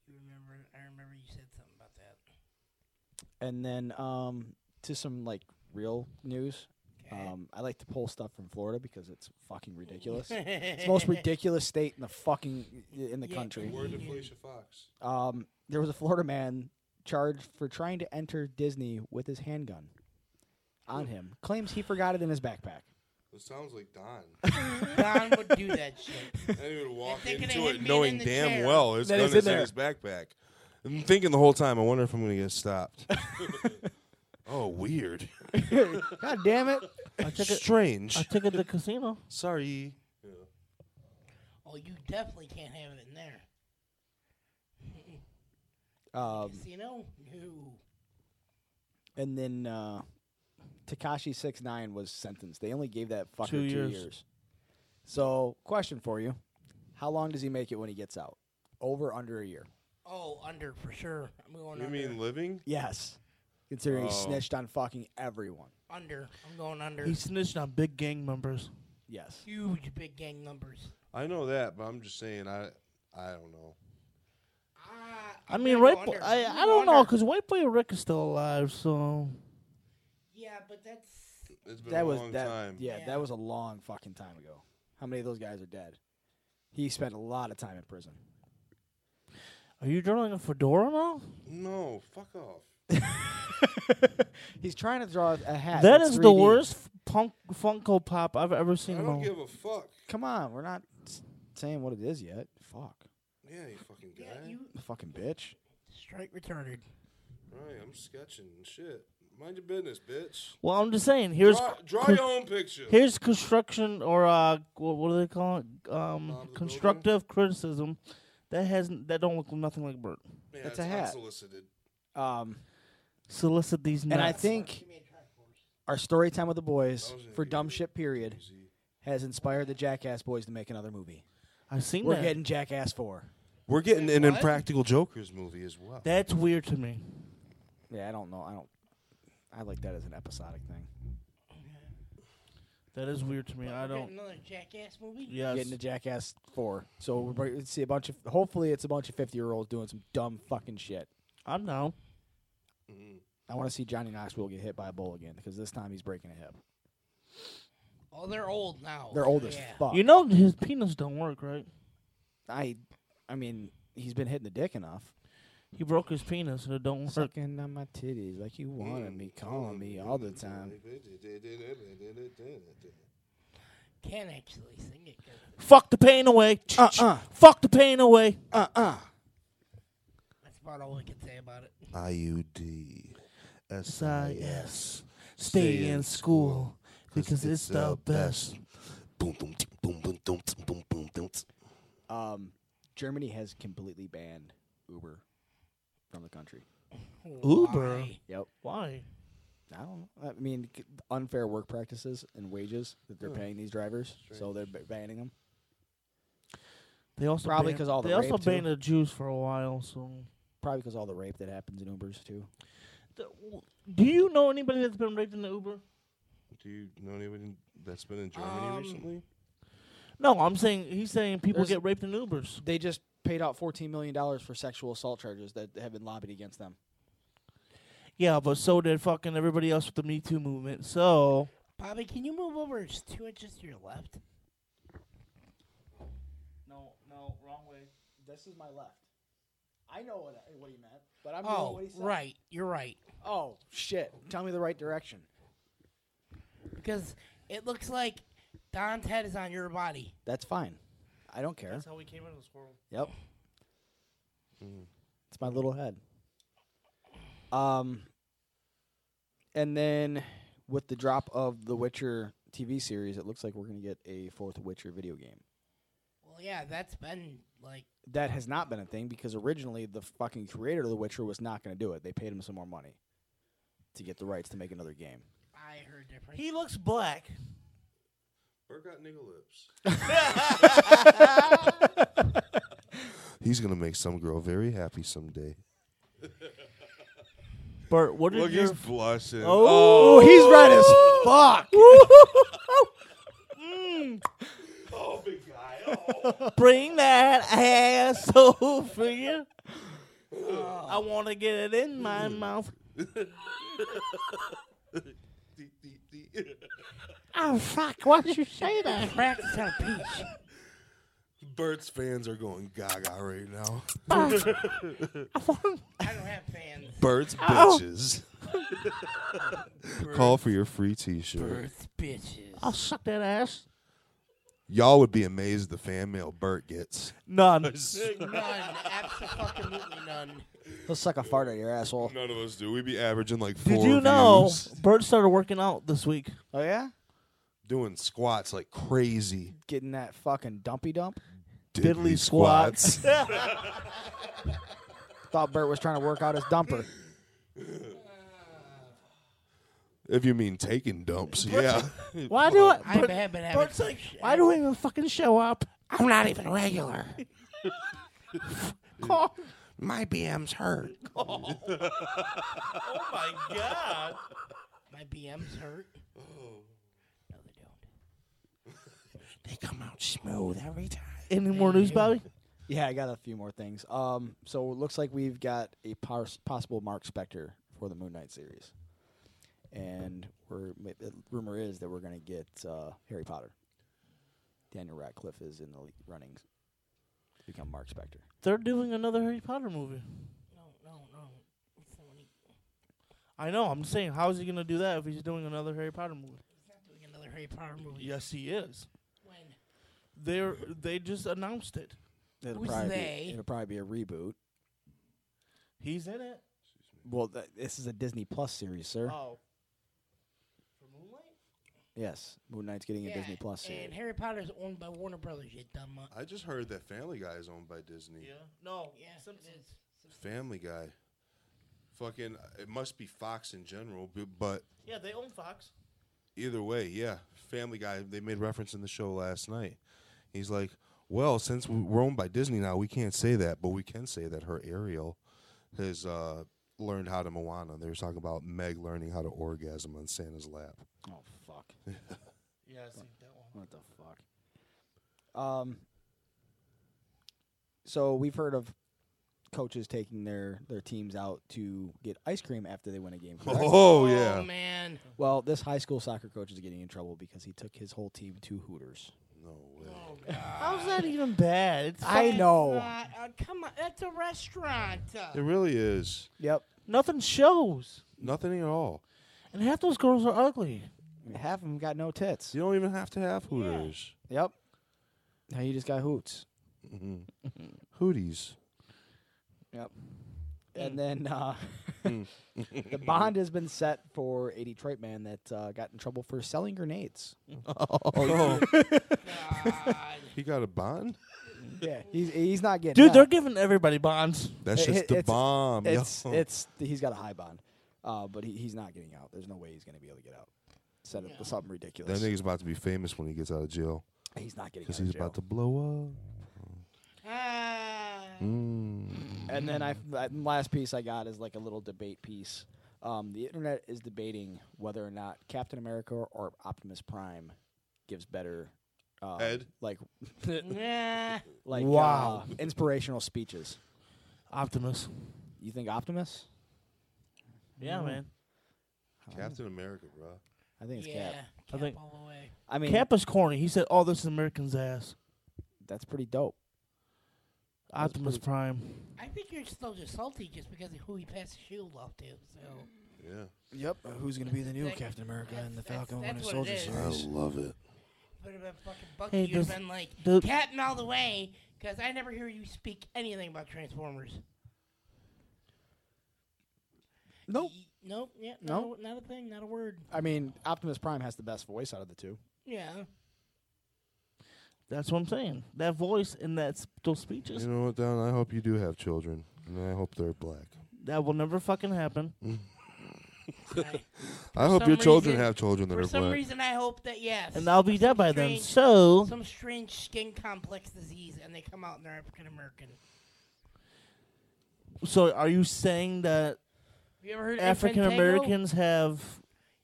D: You remember? I remember you said something about that.
E: And then um, to some like real news. Um, I like to pull stuff from Florida because it's fucking ridiculous. it's the most ridiculous state in the fucking in the
D: Yeah.
E: country.
C: Word to Felicia Fox.
E: Um, there was a Florida man charged for trying to enter Disney with his handgun on him. Claims he forgot it in his backpack.
C: It sounds like Don.
D: Don would do that shit.
C: And he would walk
D: thinking of
C: into
D: him
C: it
D: being
C: knowing
D: in the
C: damn
D: chair.
C: well his
E: That
C: gun
E: it's
C: is
E: in
C: in
E: there.
C: his backpack. I'm thinking the whole time, I wonder if I'm going to get stopped. oh, weird.
E: God damn it!
F: I took it.
C: Strange.
F: I took it to the casino.
C: Sorry.
D: Oh, you definitely can't have it in there.
E: Um,
D: Casino? No.
E: and then uh, Takashi six nine was sentenced. They only gave that fucker two,
F: Two years.
E: years. So, question for you: How long does he make it when he gets out? Over under a year?
D: Oh, under for sure. I'm going
C: You
D: under.
C: mean living?
E: Yes, considering he
C: Oh.
E: snitched on fucking everyone.
D: under. I'm going under.
F: He snitched on big gang members.
E: Yes,
D: Huge big gang numbers.
C: I know that, but I'm just saying, I I don't know.
D: Ah,
F: I
D: I'm
F: mean,
D: gonna
F: right?
D: go
F: Bo-
D: under. I'm
F: I I
D: gonna
F: don't
D: go
F: know
D: under.
F: because White Boy Rick is still alive, so
D: Yeah, but that's
C: It's been
E: that
C: a
E: was
C: long
E: that.
C: time.
E: Yeah,
D: Yeah.
E: that was a long fucking time ago. How many of those guys are dead? He spent a lot of time in prison.
F: are you drawing a fedora now?
C: No, fuck off.
E: He's trying to draw a hat.
F: that
E: that's
F: is the
E: 3D.
F: worst f- punk Funko Pop I've ever
C: I
F: seen. in my
C: don't
F: life.
C: give a fuck.
E: Come on, we're not s- saying what it is yet. Fuck,
C: Yeah, you fucking guy.
D: yeah, you
E: fucking bitch.
D: straight retarded.
C: Right, I'm sketching and shit. Mind your business, bitch.
F: Well, I'm just saying. Here's
C: Draw, draw
F: cr-
C: your own picture.
F: here's construction or uh, what, what do they call it? Um,
C: building?
F: constructive criticism that has n- that don't look nothing like Bert.
C: Man,
E: that's
C: it's
E: a hat.
C: unsolicited.
E: Um,
F: Solicit these nuts.
E: and I think our story time with the boys for dumb shit period has inspired the Jackass boys to make another movie.
F: I've seen
E: We're
F: that.
E: getting Jackass four.
C: We're getting an Impractical Jokers movie as well.
F: That's weird to me.
E: Yeah, I don't know. I don't. I like that as an episodic thing.
F: That is weird to me. I
D: We're getting
F: don't.
D: Another jackass movie.
F: Yes.
E: Getting to Jackass four. So we're going to see a bunch of. Hopefully, it's a bunch of fifty year olds doing some dumb fucking shit.
F: I'm down.
E: I want to see Johnny Knoxville get hit by a bull again because this time he's breaking a hip.
D: Oh, they're old now.
E: They're old as
D: Yeah.
E: fuck.
F: You know his penis don't work, right?
E: I, I mean, he's been hitting the dick enough.
F: He broke his penis and it don't work.
E: Sucking on my titties like you wanted me, calling me all the time.
D: Can't actually sing it. 'cause
F: Fuck the pain away.
E: Uh-uh.
F: Fuck the pain away.
E: Uh uh
D: That's about all I can say about it.
C: IUD.
F: S-I-S. Stay in school because it's the best.
C: Boom, boom, tick, boom, boom, boom, tick, boom, boom, boom. tick.
E: Um, Germany has completely banned Uber from the country.
F: Uber.
D: Why?
E: Yep.
F: Why?
E: I don't know. I mean, c- unfair work practices and wages that they're paying these drivers, so they're ba- banning them.
F: They also
E: Probably
F: banned-
E: 'cause all the
F: they also
E: rape, too.
F: banned the Jews for a while. So,
E: Probably because all the rape that happens in Ubers too.
F: do you know anybody that's been raped in the Uber?
C: Do you know anyone that's been in Germany
D: Um,
C: recently?
F: No, I'm saying he's saying people
E: There's-
F: get raped in Ubers.
E: They just paid out fourteen million dollars for sexual assault charges that have been lobbied against them.
F: Yeah, but so did fucking everybody else with the Me Too movement. So
D: Bobby, can you move over just two inches to your left?
F: no, no, wrong way.
E: This is my left. I know what I, what he meant, but I'm doing
D: Oh,
E: what he said.
D: right. You're right.
E: Oh shit! Tell me the right direction.
D: Because it looks like Don's head is on your body.
E: That's fine. I don't care.
F: how we came into this world.
E: Yep. Mm. It's my little head. Um, and then with the drop of the Witcher TV series, it looks like we're gonna get a fourth Witcher video game.
D: Well, yeah, that's been Like,
E: that has not been a thing because originally the fucking creator of The Witcher was not going to do it. They paid him some more money to get the rights to make another game.
D: I heard different.
F: He looks black.
C: Bert got nigga lips. He's gonna make some girl very happy someday.
F: Bert, what is
C: Look,
F: your?
C: he's blushing.
F: Oh,
E: he's red as fuck.
F: Mm,
C: oh, big guy. Oh.
F: bring that ass over here.
E: Oh.
F: I want to get it in my mouth.
C: Dee, dee, dee.
F: Oh fuck! Why'd you say that?
D: Practice on a peach.
C: Bert's fans are going gaga right now.
D: I don't have fans.
C: Bert's
F: Oh.
C: bitches. Call for your free T-shirt.
D: Birth bitches.
F: I'll suck that ass.
C: Y'all would be amazed the fan mail Bert gets.
F: None.
D: None. Absolutely none.
E: He'll suck a fart out of your asshole.
C: None of us do. We'd be averaging like four.
F: Did you know
C: views.
F: Bert started working out this week?
E: Oh yeah,
C: Doing squats like crazy.
E: getting that fucking dumpy dump.
F: Diddly squats.
E: Thought Bert was trying to work out his dumper.
C: if you mean taking dumps, yeah.
F: Why do
D: I
F: I? Bert,
D: have been having.
F: Bert's like, why
D: Oh
F: do I even fucking show up?
I: I'm not even regular.
F: Call.
I: My BM's hurt.
F: Oh my god!
D: My BM's hurt. No, they don't.
I: They come out smooth every time.
F: Any more news, Bobby?
E: Yeah, I got a few more things. Um, so it looks like we've got a pos- possible Mark Spector for the Moon Knight series, and we're ma- the rumor is that we're going to get uh, Harry Potter. Daniel Radcliffe is in the le- running to become Mark Spector.
F: They're doing another Harry Potter movie.
D: No, no, no. It's not when he-
F: I know. I'm saying, how is he gonna do that if he's doing another Harry Potter movie?
D: He's not doing another Harry Potter movie.
F: Yes, he is.
D: When?
F: They're they just announced it.
E: It'll
D: Who's
E: probably
D: they?
E: Be, it'll probably be a reboot.
F: He's in it.
E: Well, th- this is a Disney Plus series, sir.
F: Oh. For Moonlight?
E: Yes, Moon Knight's getting a Disney Plus series.
D: And Harry Potter's owned by Warner Brothers, you dumb mutt.
C: I just heard that Family Guy is owned by Disney.
F: Yeah. No.
D: Yeah, it
F: Simpsons.
D: is.
C: Family Guy. Fucking, it must be Fox in general, bu- but
F: Yeah, they own Fox.
C: either way, yeah. Family Guy, they made reference in the show last night. He's like, well, since we- we're owned by Disney now, we can't say that, but we can say that her Ariel has uh, learned how to Moana. They were talking about Meg learning how to orgasm on Santa's lap.
E: Oh fuck!
F: Yeah, I see that one.
E: What the fuck? Um. So we've heard of coaches taking their their teams out to get ice cream after they win a game. correct?
C: Oh, yeah.
D: Oh, man.
E: Well, this high school soccer coach is getting in trouble because he took his whole team to Hooters.
C: No way.
D: Oh,
F: How's that even bad? It's
E: I
F: fucking-
E: know.
D: Uh, uh, come on, that's a restaurant.
C: It really is.
E: Yep.
F: Nothing shows.
C: Nothing at all.
F: And half those girls are ugly.
E: Half of them got no tits.
C: You don't even have to have Hooters.
E: Yep. Now you just got hoots.
C: Hooties.
E: Yep. And then uh, the bond has been set for a Detroit man that uh, got in trouble for selling grenades. Oh,
C: He got a bond?
E: yeah, he's he's not getting.
F: Dude,
E: out.
F: they're giving everybody bonds.
C: That's
E: It-
C: just
E: it-
C: the
E: it's-
C: bomb. yo.
E: It's it's he's got a high bond, uh, but he, he's not getting out. There's no way he's going to be able to get out. Set up to something
C: That
E: ridiculous.
C: nigga's about to be famous when he gets out of jail.
E: he's not getting out.
C: Because
E: of
C: he's
E: jail.
C: about to blow
D: Ah.
C: up. Mm.
E: And then I I- the last piece I got is like a little debate piece. Um, the internet is debating whether or not Captain America or Optimus Prime gives better. Uh,
C: Ed?
E: like,
D: Nah.
E: like
F: Wow.
E: uh, inspirational speeches.
F: Optimus.
E: You think Optimus?
F: Yeah, man.
C: Captain America, bro.
E: I think it's
D: Yeah.
E: Cap.
D: Cap
F: think-
D: all the way.
E: I mean,
F: Cap is corny. He said, "Oh, this is American's ass."
E: that's pretty dope.
F: Optimus Prime.
D: I think you're still just salty just because of who he passed the shield off to. So
C: Yeah.
E: Yep. uh, Who's gonna be the new Captain America
D: and the that's- Falcon that's Winter what it Soldier is.
C: I love it.
D: would have been fucking Bucky.
F: Hey,
D: you'd have
F: does-
D: been like
F: does-
D: Captain all the way, because I never hear you speak anything about Transformers.
E: Nope.
D: Y- Nope. Yeah. Not,
E: Nope.
D: A, not a thing. Not a word.
E: I mean, Optimus Prime has the best voice out of the two.
D: Yeah.
F: That's what I'm saying. That voice and that s- those speeches
C: You know what, Don? I hope you do have children, and I hope they're black.
F: that will never fucking happen.
C: I hope
D: some
C: your children
D: reason-
C: have children that
D: For
C: are
D: some
C: black.
D: reason, I hope that yes.
F: And I'll be dead
D: Some
F: by then.
D: strange-
F: So
D: some strange skin complex disease, and they come out and they're African American.
F: so are you saying that
D: You ever heard
F: African
D: American?
F: Americans have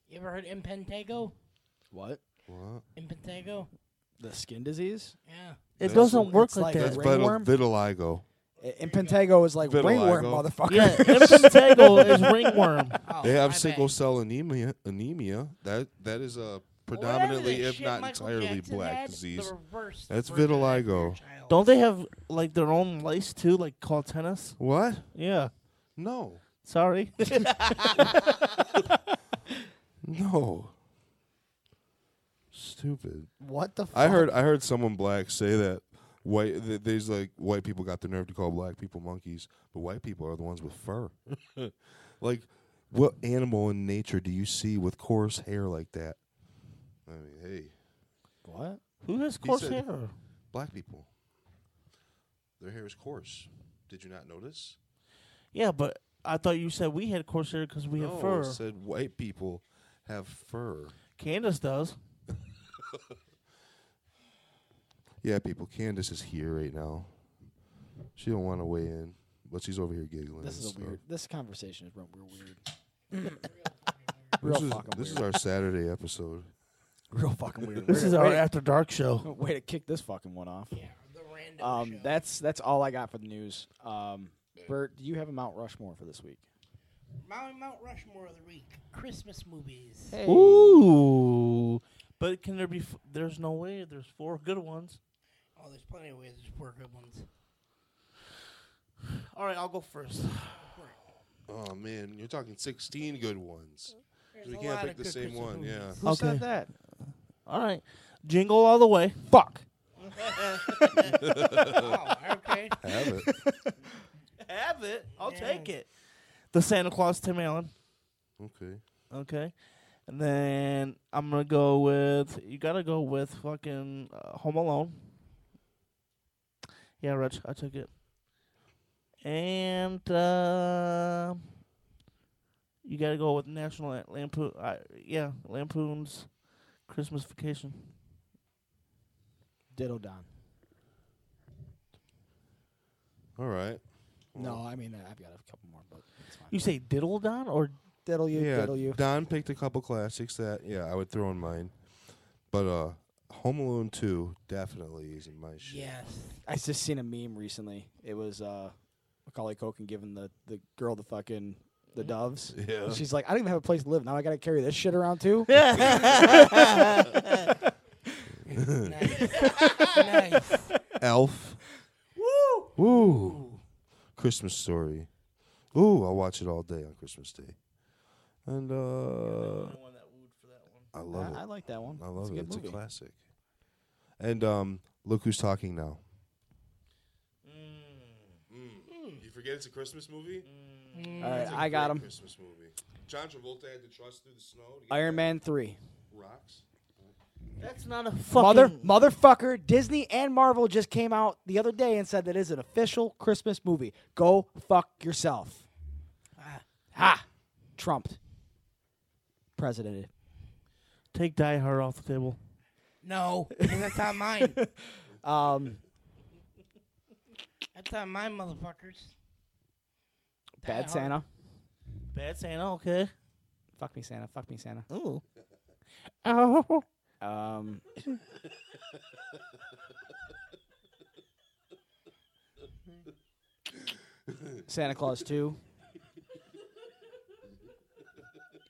D: You ever heard impentego?
E: What?
C: What?
D: Impentego?
E: The skin disease?
D: Yeah.
F: it
C: That's-
F: doesn't work
E: It's like
F: like, that.
C: That's vital,
E: Ringworm?
C: vitiligo.
E: And Pentago is like ringworm,
C: Vitiligo.
E: motherfucker.
F: Yeah, impetigo is ringworm.
D: Oh,
C: They have
D: my
C: single
D: bad.
C: cell anemia. Anemia that that is a
D: Whatever
C: predominantly,
D: the
C: if
D: shit
C: not
D: Michael
C: entirely,
D: Jackson
C: black
D: had, the
C: disease.
D: reverse
C: That's
D: version of that for your
C: vitiligo.
D: child.
F: Don't they have like their own lice too, like called tennis?
C: What?
F: Yeah.
C: No,
F: Sorry.
C: no. Stupid.
E: What the fuck?
C: I heard. I heard someone black say that white. Th- there's like white people got the nerve to call black people monkeys, but white people are the ones with fur. like, what animal in nature do you see with coarse hair like that? I mean, hey,
E: What?
F: Who has
C: He
F: coarse
C: said-
F: hair?
C: black people. Their hair is coarse. Did you not notice?
F: Yeah, but I thought you said we had coarse hair because we
C: no,
F: have
C: it
F: fur.
C: said white people have fur.
F: Candace does.
C: Yeah, people. Candace is here right now. She don't want to weigh in, but she's over here giggling.
E: This is a
C: so-
E: weird. This conversation is real, real weird. Real
C: This is,
E: fucking
C: this is
E: weird.
C: our Saturday episode.
E: Real fucking weird.
F: This
E: Way
F: is
E: to-
F: our
E: way to-
F: after dark show.
E: Way to kick this fucking one off.
D: Yeah, the random
E: Um,
D: show.
E: that's that's all I got for the news. Um, Bert, do you have a Mount Rushmore for this week?
D: My Mount Rushmore of the week. Christmas movies.
F: Ooh. But can there be? F- there's no way. There's four good ones.
D: Oh, there's plenty of ways to four good ones.
F: All right, I'll go first.
C: Oh man, you're talking 16 good ones.
D: There's
C: We
D: a
C: can't
D: lot
C: pick
D: of
C: the
D: good
C: same
D: Christmas
C: one.
D: movies.
C: Yeah.
E: Who
F: Okay.
E: said that?
F: All right, jingle all the way.
E: Fuck.
D: oh, okay.
C: Have it.
F: Have it. I'll
D: Yeah.
F: take it. The Santa Claus Tim Allen.
C: Okay.
F: Okay. And then I'm gonna go with you gotta go with fucking uh, Home Alone. Yeah, Rich, I took it. And uh, you gotta go with National Lam- Lampoon. Uh, yeah, Lampoon's Christmas Vacation.
E: Diddle Don.
C: All right.
E: No, I mean I've got a couple more, but it's fine.
F: You say Diddle Don or
E: diddle you,
C: yeah.
E: diddle you.
C: Don picked a couple classics that yeah I would throw in mine, but uh, Home Alone 2 definitely is in my shit.
D: Yes.
E: I just seen a meme recently. It was uh, Macaulay Culkin giving the the girl the fucking the doves.
C: Yeah.
E: And she's like, I don't even have a place to live now. I gotta carry this shit around too.
D: Nice. nice.
C: Elf. Woo. Woo. Christmas Story. Ooh, I'll watch it all day on Christmas Day. And uh, I love it.
E: I, I like that one.
C: I
E: it's
C: love
E: a
C: it.
E: good
C: It's
E: movie.
C: a classic. And um, look who's talking now. Mm. You forget it's a Christmas movie.
E: All right, I Mm. got him.
C: Christmas movie. John Travolta had to trust through the snow. To
E: Iron Man three.
C: rocks.
F: That's not a fucking
E: Mother, motherfucker, Disney and Marvel just came out the other day and said that is an official Christmas movie. Go fuck yourself. Ha! Trumped. Presidented.
F: Take Die Hard off the table.
D: No, 'cause that's not mine.
E: Um,
D: That's not mine, motherfuckers.
E: bad
D: Hard.
E: Santa.
F: Bad Santa, okay.
E: Fuck me, Santa. Fuck me, Santa.
F: Ooh. Oh.
E: Um, Santa Claus 2.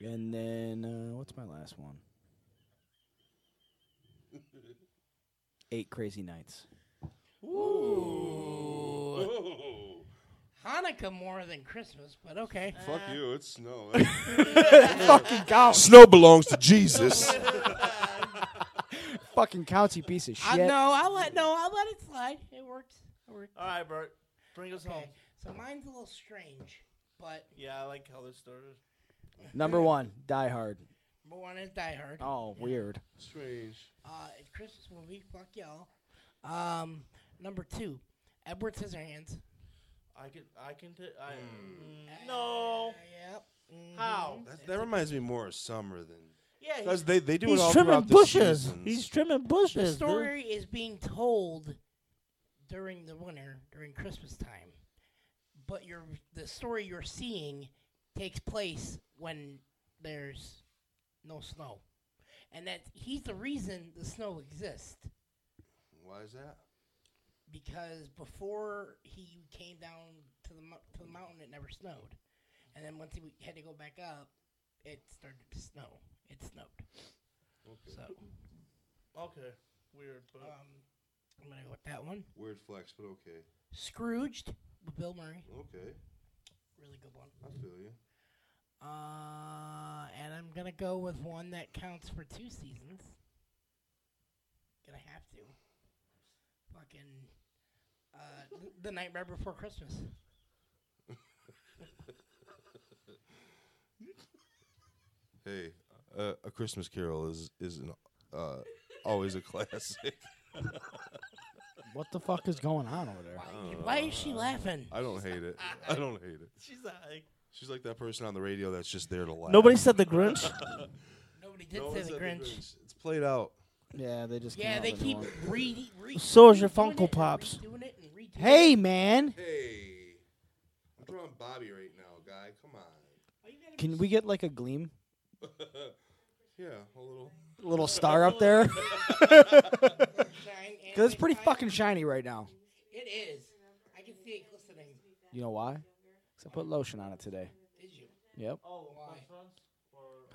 E: And then, uh, what's my last one? Eight Crazy Nights.
D: Hanukkah more than Christmas, but okay.
E: Eh.
C: Fuck you! It's snow.
E: Fucking counts.
C: snow belongs to Jesus.
E: Fucking counts, you piece of
D: I
E: shit.
D: no, I let no, I let it slide. It works. It worked.
F: All right, Bert. Bring us home.
D: Okay. So mine's a little strange, but
F: Yeah, I like how this started.
E: Number one, Die Hard.
D: number one is Die Hard.
E: Oh, weird.
C: Strange.
D: Uh, it's Christmas movie. Fuck y'all. Um, number two, Edward Scissorhands.
F: I can. I can. T- I, mm, no.
D: Yep.
F: How?
C: That's, that reminds me more of summer than
F: Yeah.
C: because
F: He's,
C: they, they do it all
F: he's trimming
C: throughout
F: bushes.
C: the seasons.
F: he's trimming
D: The
F: bushes. dude.
D: story is being told during the winter, during Christmas time, but your the story you're seeing takes place when there's no snow, and that he's the reason the snow exists
C: Why is that?
D: because before he came down to the mo- to the mountain, it never snowed, and then once he w- had to go back up, it started to snow. It snowed. So
F: Okay. Weird. But
D: um, I'm gonna go with that one.
C: Weird flex, but okay.
D: Scrooged with Bill Murray,
C: Okay,
D: really good one.
C: I feel you.
D: Uh, and I'm gonna go with one that counts for two seasons. Gonna have to. Fucking. Uh, th- the Nightmare Before Christmas.
C: Hey, uh, a Christmas Carol is is an, uh, always a classic.
E: What the fuck is going on over there?
D: Why is she laughing?
C: I don't hate it. I don't hate it.
F: she's like.
C: She's like that person on the radio that's just there to laugh.
F: Nobody said the Grinch.
D: Nobody did
C: No one
D: say
C: said
D: the Grinch.
C: It's played out.
E: Yeah, they just came
D: Yeah,
E: out
D: they
E: with a new
D: keep
E: one.
D: re- re-
F: So is your
D: redoing it
F: Funko
D: and
F: Pops.
D: redoing it and redoing it.
E: Hey man,
C: Hey, I'm drawing Bobby right now, guy. Come on.
D: Why you gotta
E: can we get like a gleam,
C: Yeah, a little.
E: little star up there?
D: be shine and
E: Cause it's
D: it
E: pretty
D: shine?
E: fucking shiny right now.
D: It is. I can see it glistening.
E: You know why? 'Cause I put lotion on it today.
D: Did you?
E: Yep.
D: Why?
E: Huh?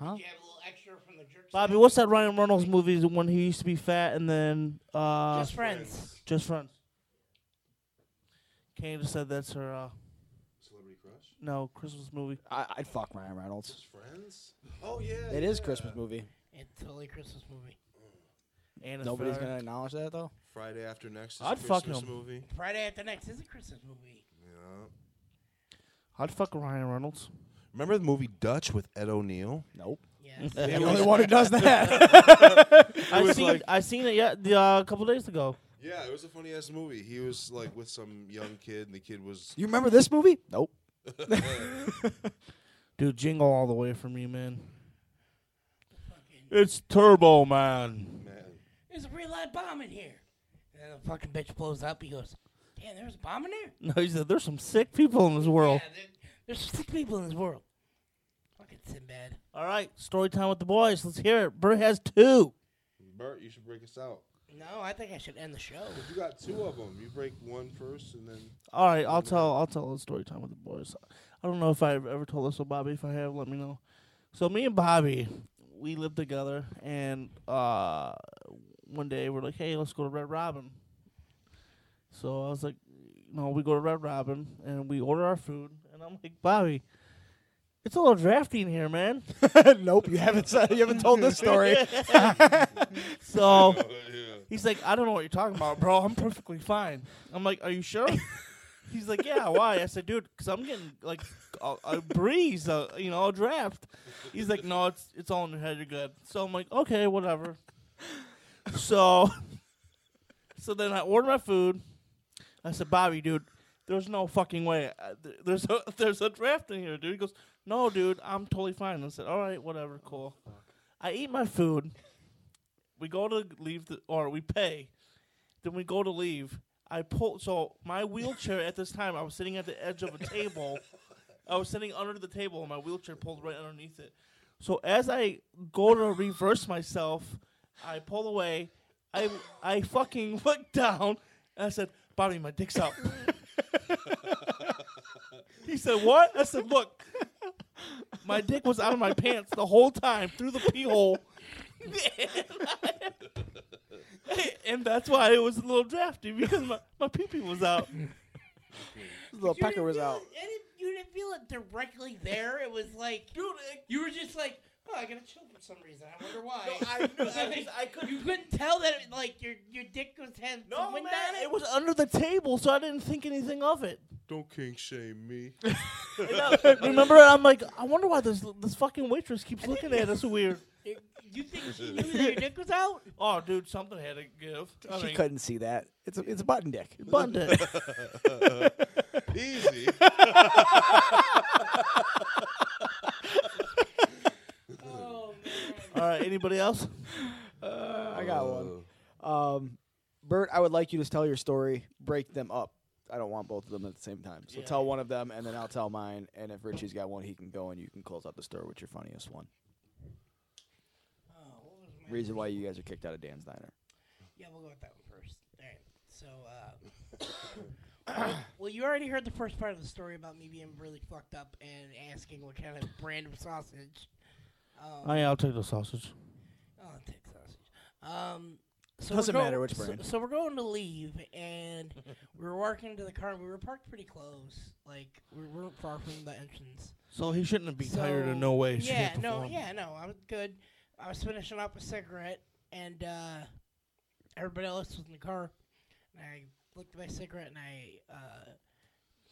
D: You have a little extra from the jerk.
F: Bobby,
D: stand?
F: what's that Ryan Reynolds movie when he used to be fat and then uh
D: Just friends.
F: Just friends. Kane just said that's her uh
C: Celebrity crush.
F: no Christmas movie.
E: I, I'd fuck Ryan Reynolds.
C: Just friends. Oh yeah.
E: It is a Christmas movie.
D: It's totally a Christmas movie.
F: And it's
E: Nobody's
F: better.
E: gonna acknowledge that though.
C: Friday after next. Is
F: I'd
C: a
F: fuck
C: Christmas
F: him.
C: Movie.
D: Friday after next is a Christmas movie.
C: Yeah.
F: I'd fuck Ryan Reynolds.
C: Remember the movie Dutch with Ed O'Neill?
E: Nope.
D: Yes.
E: The only one who does that.
F: I
C: was
F: seen
C: like-
F: I seen it yeah the, uh, a couple days ago.
C: Yeah, it was a funny ass movie. He was like with some young kid, and the kid was
E: you remember this movie? Nope.
F: Dude, jingle all the way from you, man. It's Turbo Man.
C: man.
D: There's a real live bomb in here. And then the fucking bitch blows up. He goes, Damn, there was a bomb in there?
F: No, he said there's some sick people in this world.
D: Yeah, there, there's sick people in this world. Fucking Sinbad.
F: All right, story time with the boys. Let's hear it. Bert has two.
C: Bert, you should break us out.
D: No, I think I should end the show.
C: You got two of them. You break one first, and then
F: All right, I'll tell. I'll tell a story time with the boys. I don't know if I've ever told this to Bobby. If I have, let me know. So me and Bobby, we lived together, and uh, one day we're like, "Hey, let's go to Red Robin." So I was like, "No, we go to Red Robin and we order our food." And I'm like, "Bobby, it's a little drafty in here, man."
E: nope. You haven't said. You haven't told this story.
F: So
C: yeah.
F: He's like, I don't know what you're talking about, bro. I'm perfectly fine. I'm like, Are you sure? He's like, Yeah. Why? I said, Dude, because I'm getting like a, a breeze, a, you know, a draft. He's like, No, it's it's all in your head. You're good. So I'm like, Okay, whatever. So, so then I order my food. I said, Bobby, dude, there's no fucking way. Uh, th- There's a there's a draft in here, dude. He goes, No, dude, I'm totally fine. I said, All right, whatever, cool. I eat my food we go to leave the, or we pay then we go to leave i pull so my wheelchair at this time i was sitting at the edge of a table i was sitting under the table and my wheelchair pulled right underneath it so as i go to reverse myself i pull away i i fucking look down and i said bobby my dick's out he said what i said look my dick was out of my pants the whole time through the pee hole and that's why it was a little drafty because my, my pee pee was out.
E: the
D: You
E: pecker
D: didn't
E: was
D: feel
E: out.
D: It, I didn't, you didn't feel it directly there. It was like, you were just like, Oh, I got a chill for some reason. I wonder why. You couldn't tell that, it, like, your your dick was had
F: No,
D: wind
F: Oh, man,
D: on it.
F: it was under the table, so I didn't think anything of it.
C: Don't king shame me.
F: And I- remember, I'm like, I wonder why this this fucking waitress keeps looking at us weird.
D: You think she knew that your dick was out?
F: Oh, dude, something had to give. I
E: she
F: mean,
E: couldn't see that. It's a, it's a button dick.
F: button dick.
C: Easy.
D: Oh man.
F: All right, anybody else?
E: I got one. Um, Bert, I would like you to tell your story. Break them up. I don't want both of them at the same time. So
F: Yeah.
E: tell one of them, and then I'll tell mine. And if Richie's got one, he can go, and you can close out the story with your funniest one.
D: Oh, what was my
E: Reason why you guys are kicked out of Dan's Diner.
D: Yeah, we'll go with that one first. All right. So, uh, well- well, you already heard the first part of the story about me being really fucked up and asking what kind of brand of sausage. Um,
F: Oh, yeah, I'll take the sausage.
D: I'll take sausage. Oh, Um, so
E: Doesn't
D: we're go-
E: matter which
D: so-
E: brand.
D: So, we're going to leave, and we were walking to the car. and We were parked pretty close. Like we weren't far from the entrance.
F: So he shouldn't be
D: So,
F: tired in no way. shape,
D: Yeah,
F: or
D: no,
F: form.
D: yeah, no. I was good. I was finishing up a cigarette, and uh, everybody else was in the car. And I looked at my cigarette, and I uh,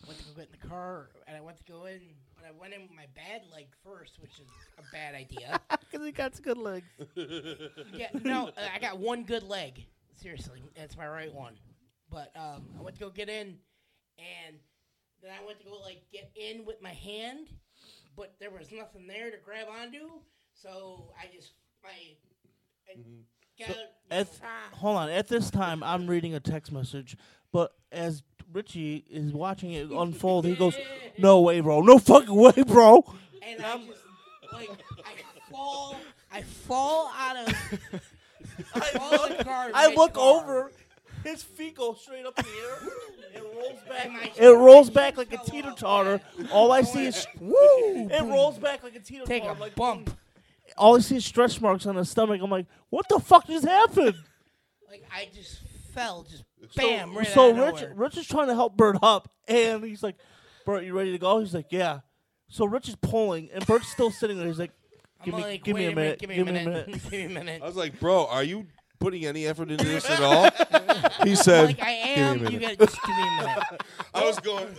D: went to go get in the car, and I went to go in, but I went in with my bad leg first, which is a bad idea.
F: Because he got good legs.
D: yeah, no, uh, I got one good leg. Seriously, that's my right one. But um, I went to go get in, and then I went to go like get in with my hand, but there was nothing there to grab onto, so I just my. I
F: Mm-hmm.
D: got
F: At hold on. At this time, I'm reading a text message, but as Richie is watching it unfold, he goes, "No way, bro! No fucking way, bro!"
D: and
F: um,
D: I just like I fall, I fall out of. I fall in the car
F: I look
D: mid-car.
F: over. His feet go straight up in the air. It rolls
D: And my-
F: back. It rolls back like a
D: Fell off.
F: teeter totter. All I see is woo. It rolls back like a teeter
D: Take
F: totter.
D: a
F: Like mm.
D: bump.
F: all I see is stretch marks on his stomach. I'm like, what the fuck just happened?
D: Like I just fell, just bam. right
F: so
D: out of
F: Rich,
D: nowhere.
F: Rich is trying to help Bert up, and he's like, Bert, you ready to go? He's like, yeah. So Rich is pulling, and Bert's still sitting there. He's like, give
D: I'm
F: me,
D: like,
F: give me
D: wait
F: a minute,
D: give me a minute, give me a minute.
C: I was like, bro, are you putting any effort into this at all? He said,
D: like I
C: "Give me a
D: am, you
C: minute."
D: gotta just give me a minute.
C: I was going,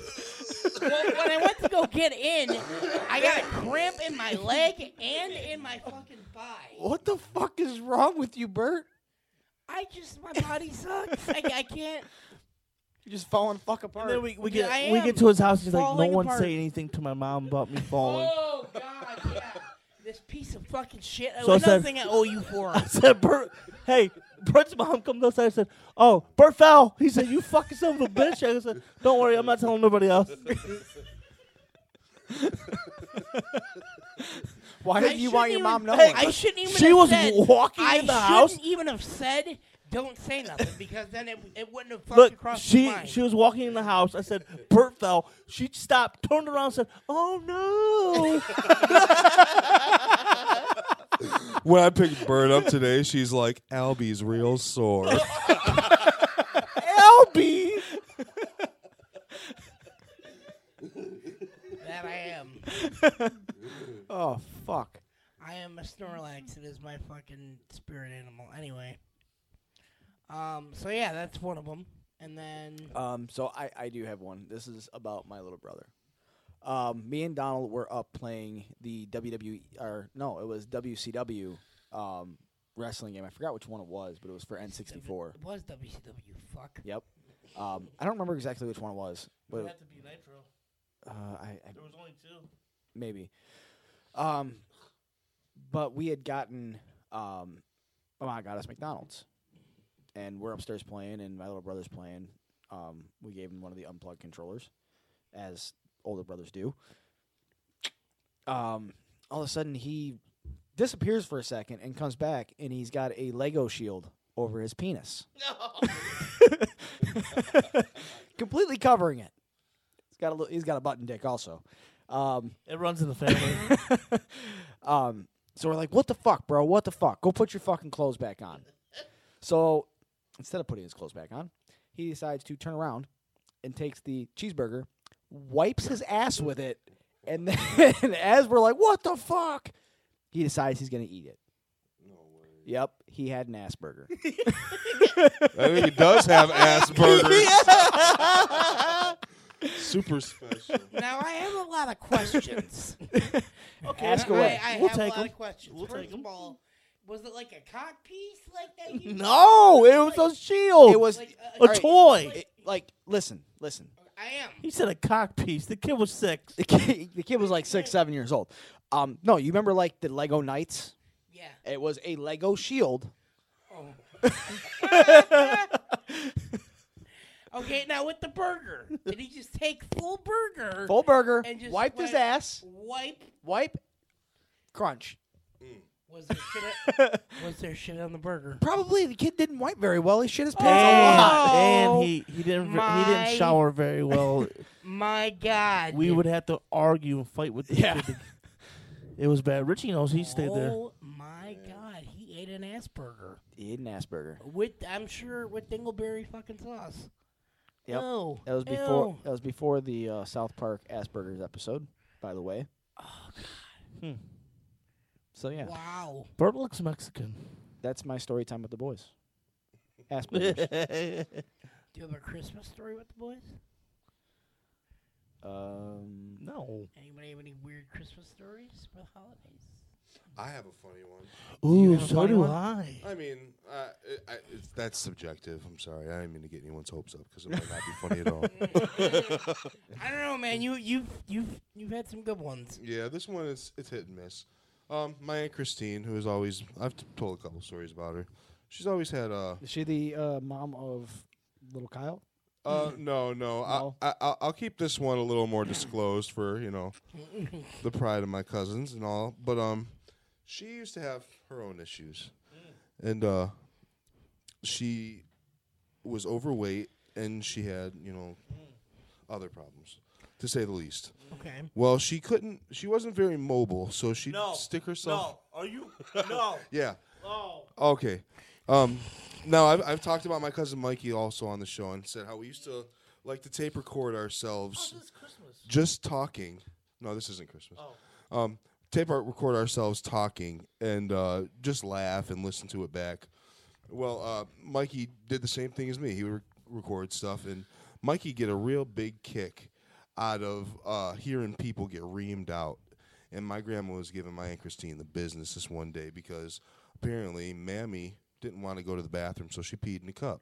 D: well, when I went to go get in, I got a cramp in my leg and in my fucking thigh.
E: What the fuck is wrong with you, Bert?
D: I just my body sucks. I, I can't.
E: You're just falling fuck apart.
F: And then we, we
D: Yeah, I
F: get we
D: am
F: get to his house. He's like, no
D: falling
F: one
D: apart."
F: say anything to my mom about me falling.
D: Oh god, yeah. This piece of fucking shit.
F: So I
D: Another
F: said-
D: thing I owe you for.
F: I said, Bert, hey, Bert's mom comes outside. I said, oh, Bert fell. He said, you fucking son of a bitch. I said, don't worry, I'm not telling nobody else.
E: Why
D: I
E: did you
D: shouldn't
E: want your
D: even-
E: mom knowing?
D: I shouldn't even.
F: She
D: have
F: was
D: said,
F: walking
D: I
F: in the house.
D: shouldn't even have said. Don't say nothing because then it, it wouldn't have fucked
F: Look,
D: across
F: she
D: my mind.
F: she was walking in the house. I said, Bert fell. She stopped, turned around, and said, oh, no.
C: when I picked Bird up today, she's like, Albie's real sore.
F: Albie.
D: that I am.
E: oh fuck.
D: I am a Snorlax. It is my fucking spirit animal. Anyway. Um. So yeah, that's one of them. And then
F: Uh,
E: Um, so I, I do have one. This is about my little brother. Um, me and Donald were up playing the WWE, or no, it was WCW um, wrestling game. I forgot which one it was, but it was for N64.
D: it was WCW. Fuck.
E: Yep. Um, I don't remember exactly which one it was, but
F: to be Nitro.
E: uh, I, I
F: was only two.
E: maybe. Um, but we had gotten, um, oh my God, it's McDonald's, and we're upstairs playing, and my little brother's playing. Um, we gave him one of the unplugged controllers, as older brothers do. Um, all of a sudden he disappears for a second and comes back, and he's got a Lego shield over his penis. No. Completely covering it. He's got a little, he's got a button dick also. Um,
F: It runs in the family.
E: um, so we're like, what the fuck, bro? What the fuck? Go put your fucking clothes back on. So instead of putting his clothes back on, he decides to turn around and takes the cheeseburger, wipes his ass with it, and then as we're like, what the fuck? He decides he's going to eat it. Yep, he had an ass burger.
C: I think he does have ass burgers. super special.
I: Now I have a lot of questions.
F: Okay,
E: Ask
F: all
E: away.
F: right.
D: I, I
F: We'll
D: have
F: take
D: a lot
F: 'em.
D: of questions.
F: We'll
D: First
F: take 'em.
D: of all, was it like a cock piece like that? you-
F: No, it was a
D: Like-
F: shield.
E: It was
D: like uh,
F: a
D: like-
F: toy.
E: it, like listen, listen.
D: I am.
F: He said a cock piece. The kid was six.
E: The kid, the kid was like six, seven years old. Um, no, you remember like the Lego Knights?
D: Yeah.
E: It was a Lego shield.
D: Oh. Okay, now with the burger, did he just take full burger,
E: Full burger.
D: and just
E: Wiped his
D: went-
E: ass.
D: Wipe.
E: Wipe. Crunch.
D: Was there shit? On, was there shit on the burger?
E: Probably the kid didn't wipe very well. He shit his pants a lot.
F: And,
D: Oh,
F: and he, he didn't re- he
D: my-
F: didn't shower very well.
D: My God.
F: we would have to argue and fight with this
E: Yeah.
F: kid. It was bad. Richie knows he stayed there.
D: Oh my God, he ate an ass burger
E: He ate an Asperger.
D: with I'm sure with dingleberry fucking sauce.
E: Yep.
D: Ew.
E: That was before.
D: Ew.
E: That was before the uh, South Park Aspergers episode, by the way. Oh
F: Hmm.
E: So yeah,
D: Wow.
F: Bert looks Mexican.
E: that's my story time with the boys. Aspergers.
D: Do you have a Christmas story with the boys?
E: um,
F: no.
D: Anybody have any weird Christmas stories for the holidays?
C: I have a funny one.
F: Ooh,
E: have a
F: so
E: funny
F: do
E: one?
F: I.
C: I mean, uh, I, I, it's, that's subjective. I'm sorry. I didn't mean to get anyone's hopes up because it might not be funny at all.
D: I don't know, man. You you you you've had some good ones.
C: Yeah, this one is it's hit and miss. Um, my aunt Christine, who is always I've t- told a couple stories about her. She's always had uh
E: is she the uh, mom of little Kyle?
C: uh no no,
E: No.
C: I, I I'll- I'll keep this one a little more disclosed for you know the pride of my cousins and all. But um, she used to have her own issues,
F: Mm.
C: and uh, she was overweight and she had you know
F: Mm.
C: other problems to say the least.
D: Okay.
C: Well, she couldn't. She wasn't very mobile, so she'd
F: No,
C: stick herself.
F: Are you? No.
C: Yeah.
F: Oh.
C: Okay. Um, now I've, I've talked about my cousin Mikey also on the show and said how we used to like to tape record ourselves
F: Oh, Christmas. Oh.
C: just talking. No, this isn't Christmas. Um, tape our, record ourselves talking and uh, just laugh and listen to it back. Well, uh, Mikey did the same thing as me. He would rec- record stuff, and Mikey get a real big kick out of uh, hearing people get reamed out. And my grandma was giving my aunt Christine the business this one day because apparently Mammy didn't want to go to the bathroom, so she peed in a cup,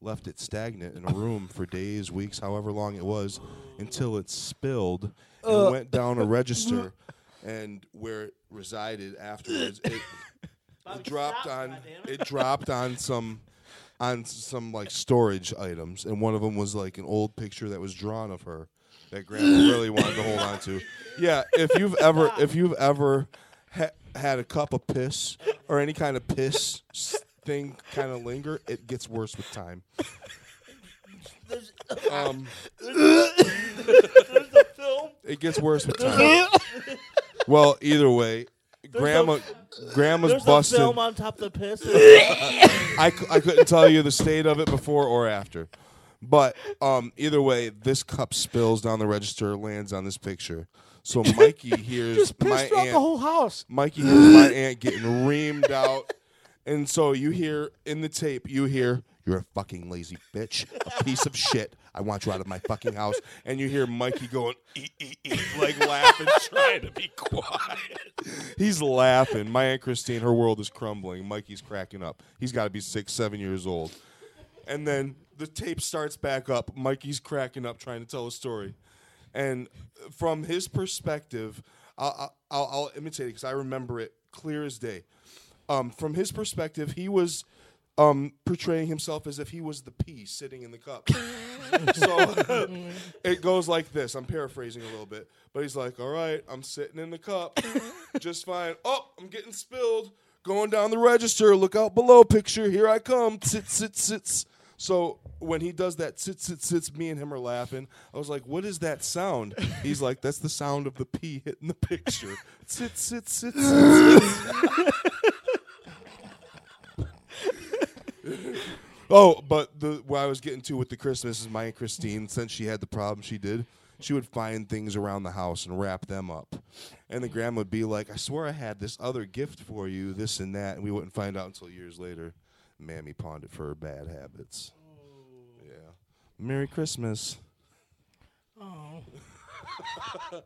C: left it stagnant in a room for days, weeks, however long it was, until it spilled and went down a register. And where it resided afterwards, it, it dropped on it dropped on some on some like storage items, and one of them was like an old picture that was drawn of her that Grandma really wanted to hold on to. Yeah, if you've ever if you've ever ha- had a cup of piss or any kind of piss s- thing kind of linger, it gets worse with time. Um, it gets worse with time. Well, either way, grandma, grandma's
F: There's
C: busted.
F: a film on top of the piss. It's
C: I, cou- I couldn't tell you the state of it before or after. But um, either way, this cup spills down the register, lands on this picture. So Mikey hears
E: Just
C: my
E: pissed off
C: aunt.
E: the whole house.
C: Mikey hears my aunt getting reamed out, and so you hear in the tape, you hear, "You're a fucking lazy bitch, a piece of shit. I want you out of my fucking house." And you hear Mikey going, "Ee, ee, ee," like laughing, trying to be quiet. He's laughing. My aunt Christine, her world is crumbling. Mikey's cracking up. He's got to be six, seven years old. And then the tape starts back up. Mikey's cracking up, trying to tell a story. And from his perspective, I'll, I'll, I'll imitate it because I remember it clear as day. Um, from his perspective, he was um, portraying himself as if he was the pea sitting in the cup. so it goes like this. I'm paraphrasing a little bit, but he's like, "All right, I'm sitting in the cup, just fine. Oh, I'm getting spilled. Going down the register. Look out below. Picture. Here I come. Sit, sit, sits." So when he does that, sit, sit, sits. Me and him are laughing. I was like, "What is that sound?" He's like, "That's the sound of the pee hitting the picture. Sit, sit, sit, sit, sit." Oh, but the what I was getting to with the Christmas is my aunt Christine, since she had the problem she did, she would find things around the house and wrap them up. And the grandma would be like, I swear I had this other gift for you, this and that, and we wouldn't find out until years later. Mammy pawned it for her bad habits. Yeah. Merry Christmas.
D: Oh.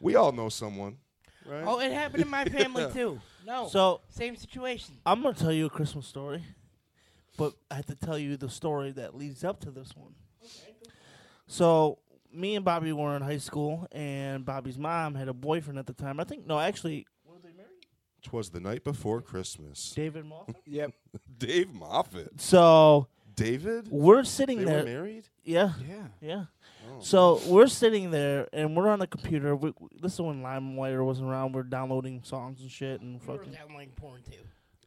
C: We all know someone, right?
D: Oh, it happened in my family too. No.
F: So
D: same situation.
F: I'm gonna tell you a Christmas story, but I have to tell you the story that leads up to this one. So me and Bobby were in high school, and Bobby's mom had a boyfriend at the time. I think no, actually, were they married?
C: Twas the night before Christmas.
F: David Moffat.
E: Yep.
C: Dave Moffat.
F: so
C: David?
F: we're sitting
C: They
F: there.
C: were married?
F: Yeah,
E: Yeah.
F: yeah.
C: Oh.
F: So we're sitting there, and we're on the computer. We, we- this is when LimeWire wasn't around. We're downloading songs and shit, and
D: We were
F: fucking
D: downloading porn too.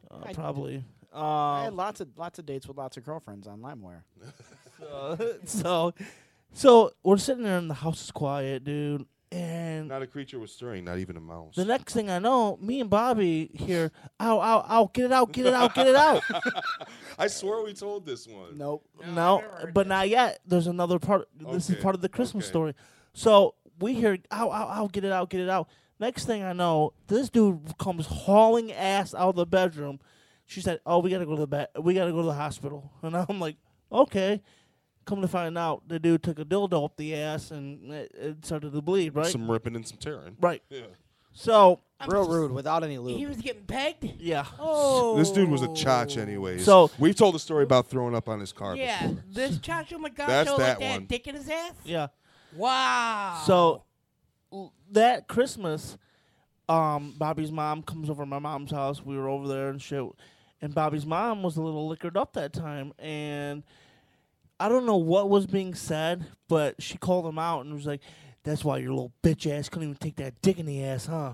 F: uh,
E: I-
F: probably.
E: I
F: Um,
E: had lots of lots of dates with lots of girlfriends on LimeWire.
F: So, so, so we're sitting there and the house is quiet, dude. And
C: Not a creature was stirring, not even a mouse.
F: the next thing I know, me and Bobby hear, ow, ow, ow, get it out, get it out, get it out.
C: I swear we told this one.
E: Nope.
F: no,
D: never heard
F: but not yet. There's another part. This
C: Okay,
F: is part of the Christmas
C: okay.
F: story. So we hear, ow, ow, ow, get it out, get it out. Next thing I know, this dude comes hauling ass out of the bedroom. She said, "Oh, we gotta go to the bed. We gotta go to the hospital." And I'm like, "Okay." Come to find out, the dude took a dildo up the ass and it, it started to bleed. Right,
C: Some ripping and some tearing.
F: right.
C: Yeah.
F: So
E: Real rude without any lube.
D: He was getting pegged.
F: yeah,
D: Oh.
C: This dude was a chotch, anyways.
F: So-
C: we've told the story about throwing up on his car.
D: Yeah,
C: before.
D: this oh Chacho
C: That's
D: Magacho
C: that one.
D: like that dick in his ass.
F: yeah.
D: Wow.
F: So l- that Christmas, um, Bobby's mom comes over to my mom's house. We were over there and shit. And Bobby's mom was a little liquored up that time. And I don't know what was being said, but she called him out and was like, That's why your little bitch ass couldn't even take that dick in the ass, huh?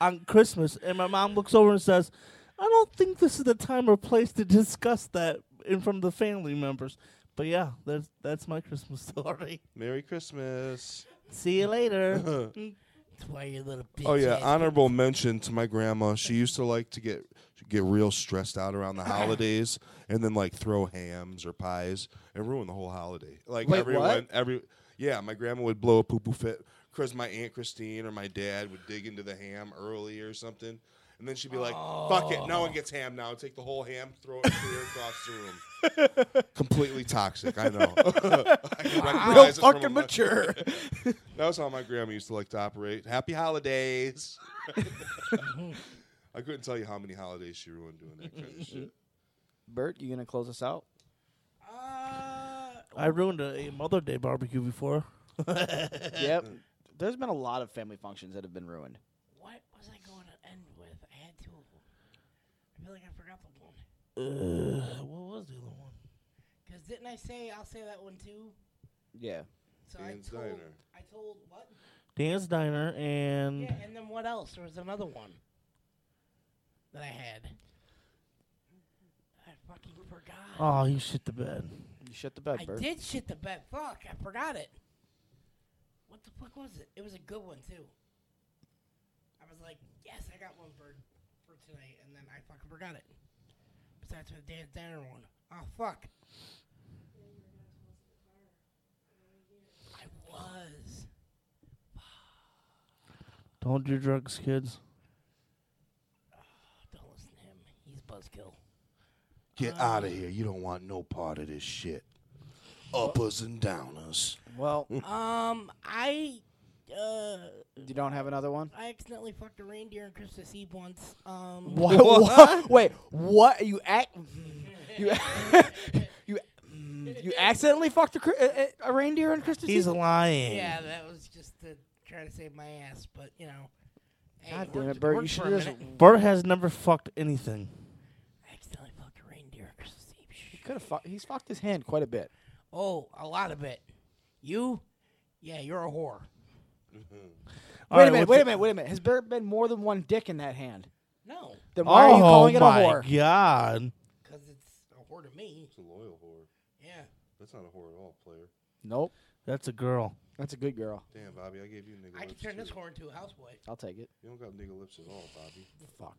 F: On Christmas. And my mom looks over and says, I don't think this is the time or place to discuss that in front of the family members. But yeah, that's that's my Christmas story.
C: Merry Christmas.
F: See you later.
D: That's why you little bitch.
C: Oh yeah,
D: ass.
C: honorable mention to my grandma. She used to like to get get real stressed out around the holidays, and then like throw hams or pies and ruin the whole holiday. Like
E: Wait,
C: everyone,
E: what?
C: every yeah, my grandma would blow a poo poo fit because my aunt Christine or my dad would dig into the ham early or something, and then she'd be like, "Fuck it, no one gets ham now. Take the whole ham, throw it clear across the room." Completely toxic. I know. I can
E: Real
C: recognize it from a
E: fucking
C: mi-
E: mature.
C: that was how my grandma used to like to operate. Happy holidays. I couldn't tell you how many holidays she ruined doing that kind of shit.
E: Bert, you gonna close us out?
D: Uh,
F: I ruined a, a Mother Day barbecue before.
E: yep. There's been a lot of family functions that have been ruined.
D: what was I going to end with? I had two of them. I feel like I forgot the one.
F: what was the other one?
D: Cause didn't I say I'll say that one too?
E: Yeah.
D: So
C: Dan's
D: I told.
C: Diner.
D: I told what?
F: Dan's Diner and
D: Yeah, and then what else? There was another one that I had. I fucking forgot.
F: oh, he shit the bed.
E: You shut the bed,
D: I
E: Bert.
D: did shit the bed. Fuck, I forgot it. What the fuck was it? It was a good one too. I was like, yes, I got one for for tonight, and then I fucking forgot it. Besides the dance dinner one. Oh fuck. I was.
F: Don't do drugs, kids.
D: Ah, Don't listen to him. He's buzzkill.
C: Get out of here. You don't want no part of this shit. Uppers and downers.
E: Well,
D: Um, I uh,
E: you don't have another one.
D: I accidentally fucked a reindeer on Christmas Eve once. Um,
E: What? Wait, what? You act? You you you accidentally fucked a, cr- a, a- a reindeer on Christmas
F: He's
E: Eve?
F: lying.
D: Yeah, that was just to try to save my ass, but you know. hey,
E: God damn
D: worked-
E: it, Bert! You
D: worked
E: should
D: for a
E: have
D: minute.
F: Bert has never fucked anything.
D: I accidentally fucked a reindeer. on Christmas Eve. Shh.
E: could have fucked. He's fucked his hand quite a bit.
D: Oh, a lot of it. You? Yeah, you're a whore.
F: All
E: wait
F: right,
E: a minute!
F: what's
E: Wait
F: the-
E: a minute! Wait a minute! Has there been more than one dick in that hand?
D: No,
E: Then why are you
F: Oh
E: calling it a
F: my
E: whore?
F: god.
D: because it's a whore to me.
C: It's a loyal whore.
D: Yeah.
C: That's not a whore at all, player.
E: Nope.
F: That's a girl.
E: That's a good girl.
C: Damn, Bobby, I gave you nigga
D: I
C: lips.
D: could turn this
C: too.
D: whore into a houseboy.
E: I'll take it.
C: You don't got nigga lips at all, Bobby.
E: Fuck.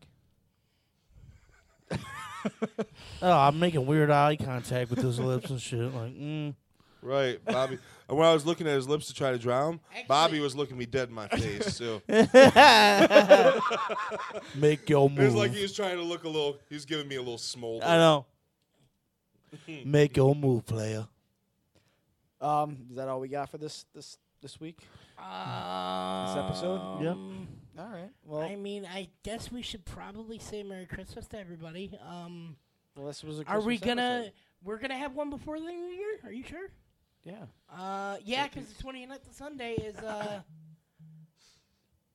F: Oh, I'm making weird eye contact with his lips and shit. Like, mm.
C: Right, Bobby. and when I was looking at his lips to try to drown, Bobby
D: Actually-
C: was looking me dead in my face, too.
F: make your
C: It was
F: move.
C: like he was trying to look a little, he was giving me a little smolder.
F: I know. make your move, player.
E: Um, is that all we got for this this this week?
D: Uh,
E: episode?
F: Yeah.
E: All right. Well,
D: Um, I mean, I guess we should probably say Merry Christmas to everybody. Um,
E: well, this was a
D: are we
E: Christmas
D: gonna?
E: episode.
D: We're gonna have one before the New Year. Are you sure?
E: Yeah.
D: Uh, yeah, because the 29th of Sunday is uh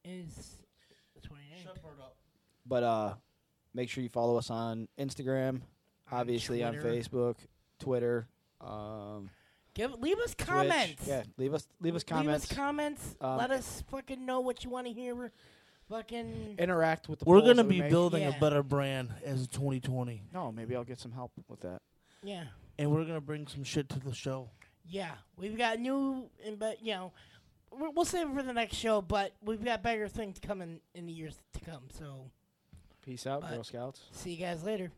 D: is the 29th.
E: But uh, make sure you follow us on Instagram, obviously on
D: Twitter.
E: Facebook, Twitter, um,
D: Give leave us
E: Twitch.
D: comments.
E: Yeah, leave us leave us comments.
D: Leave us comments.
E: Um,
D: Let us fucking know what you want to hear. Fucking.
E: interact with the.
F: We're
E: polls
F: gonna
E: that we
F: be
E: make.
F: building
D: Yeah.
F: a better brand as 2020,
E: No, maybe I'll get some help with that.
D: yeah.
F: and we're gonna bring some shit to the show.
D: Yeah, we've got new, and but you know, we're, we'll save it for the next show. But we've got bigger things coming in the years to come. So
E: Peace out,
D: But-
E: Girl Scouts.
D: see you guys later.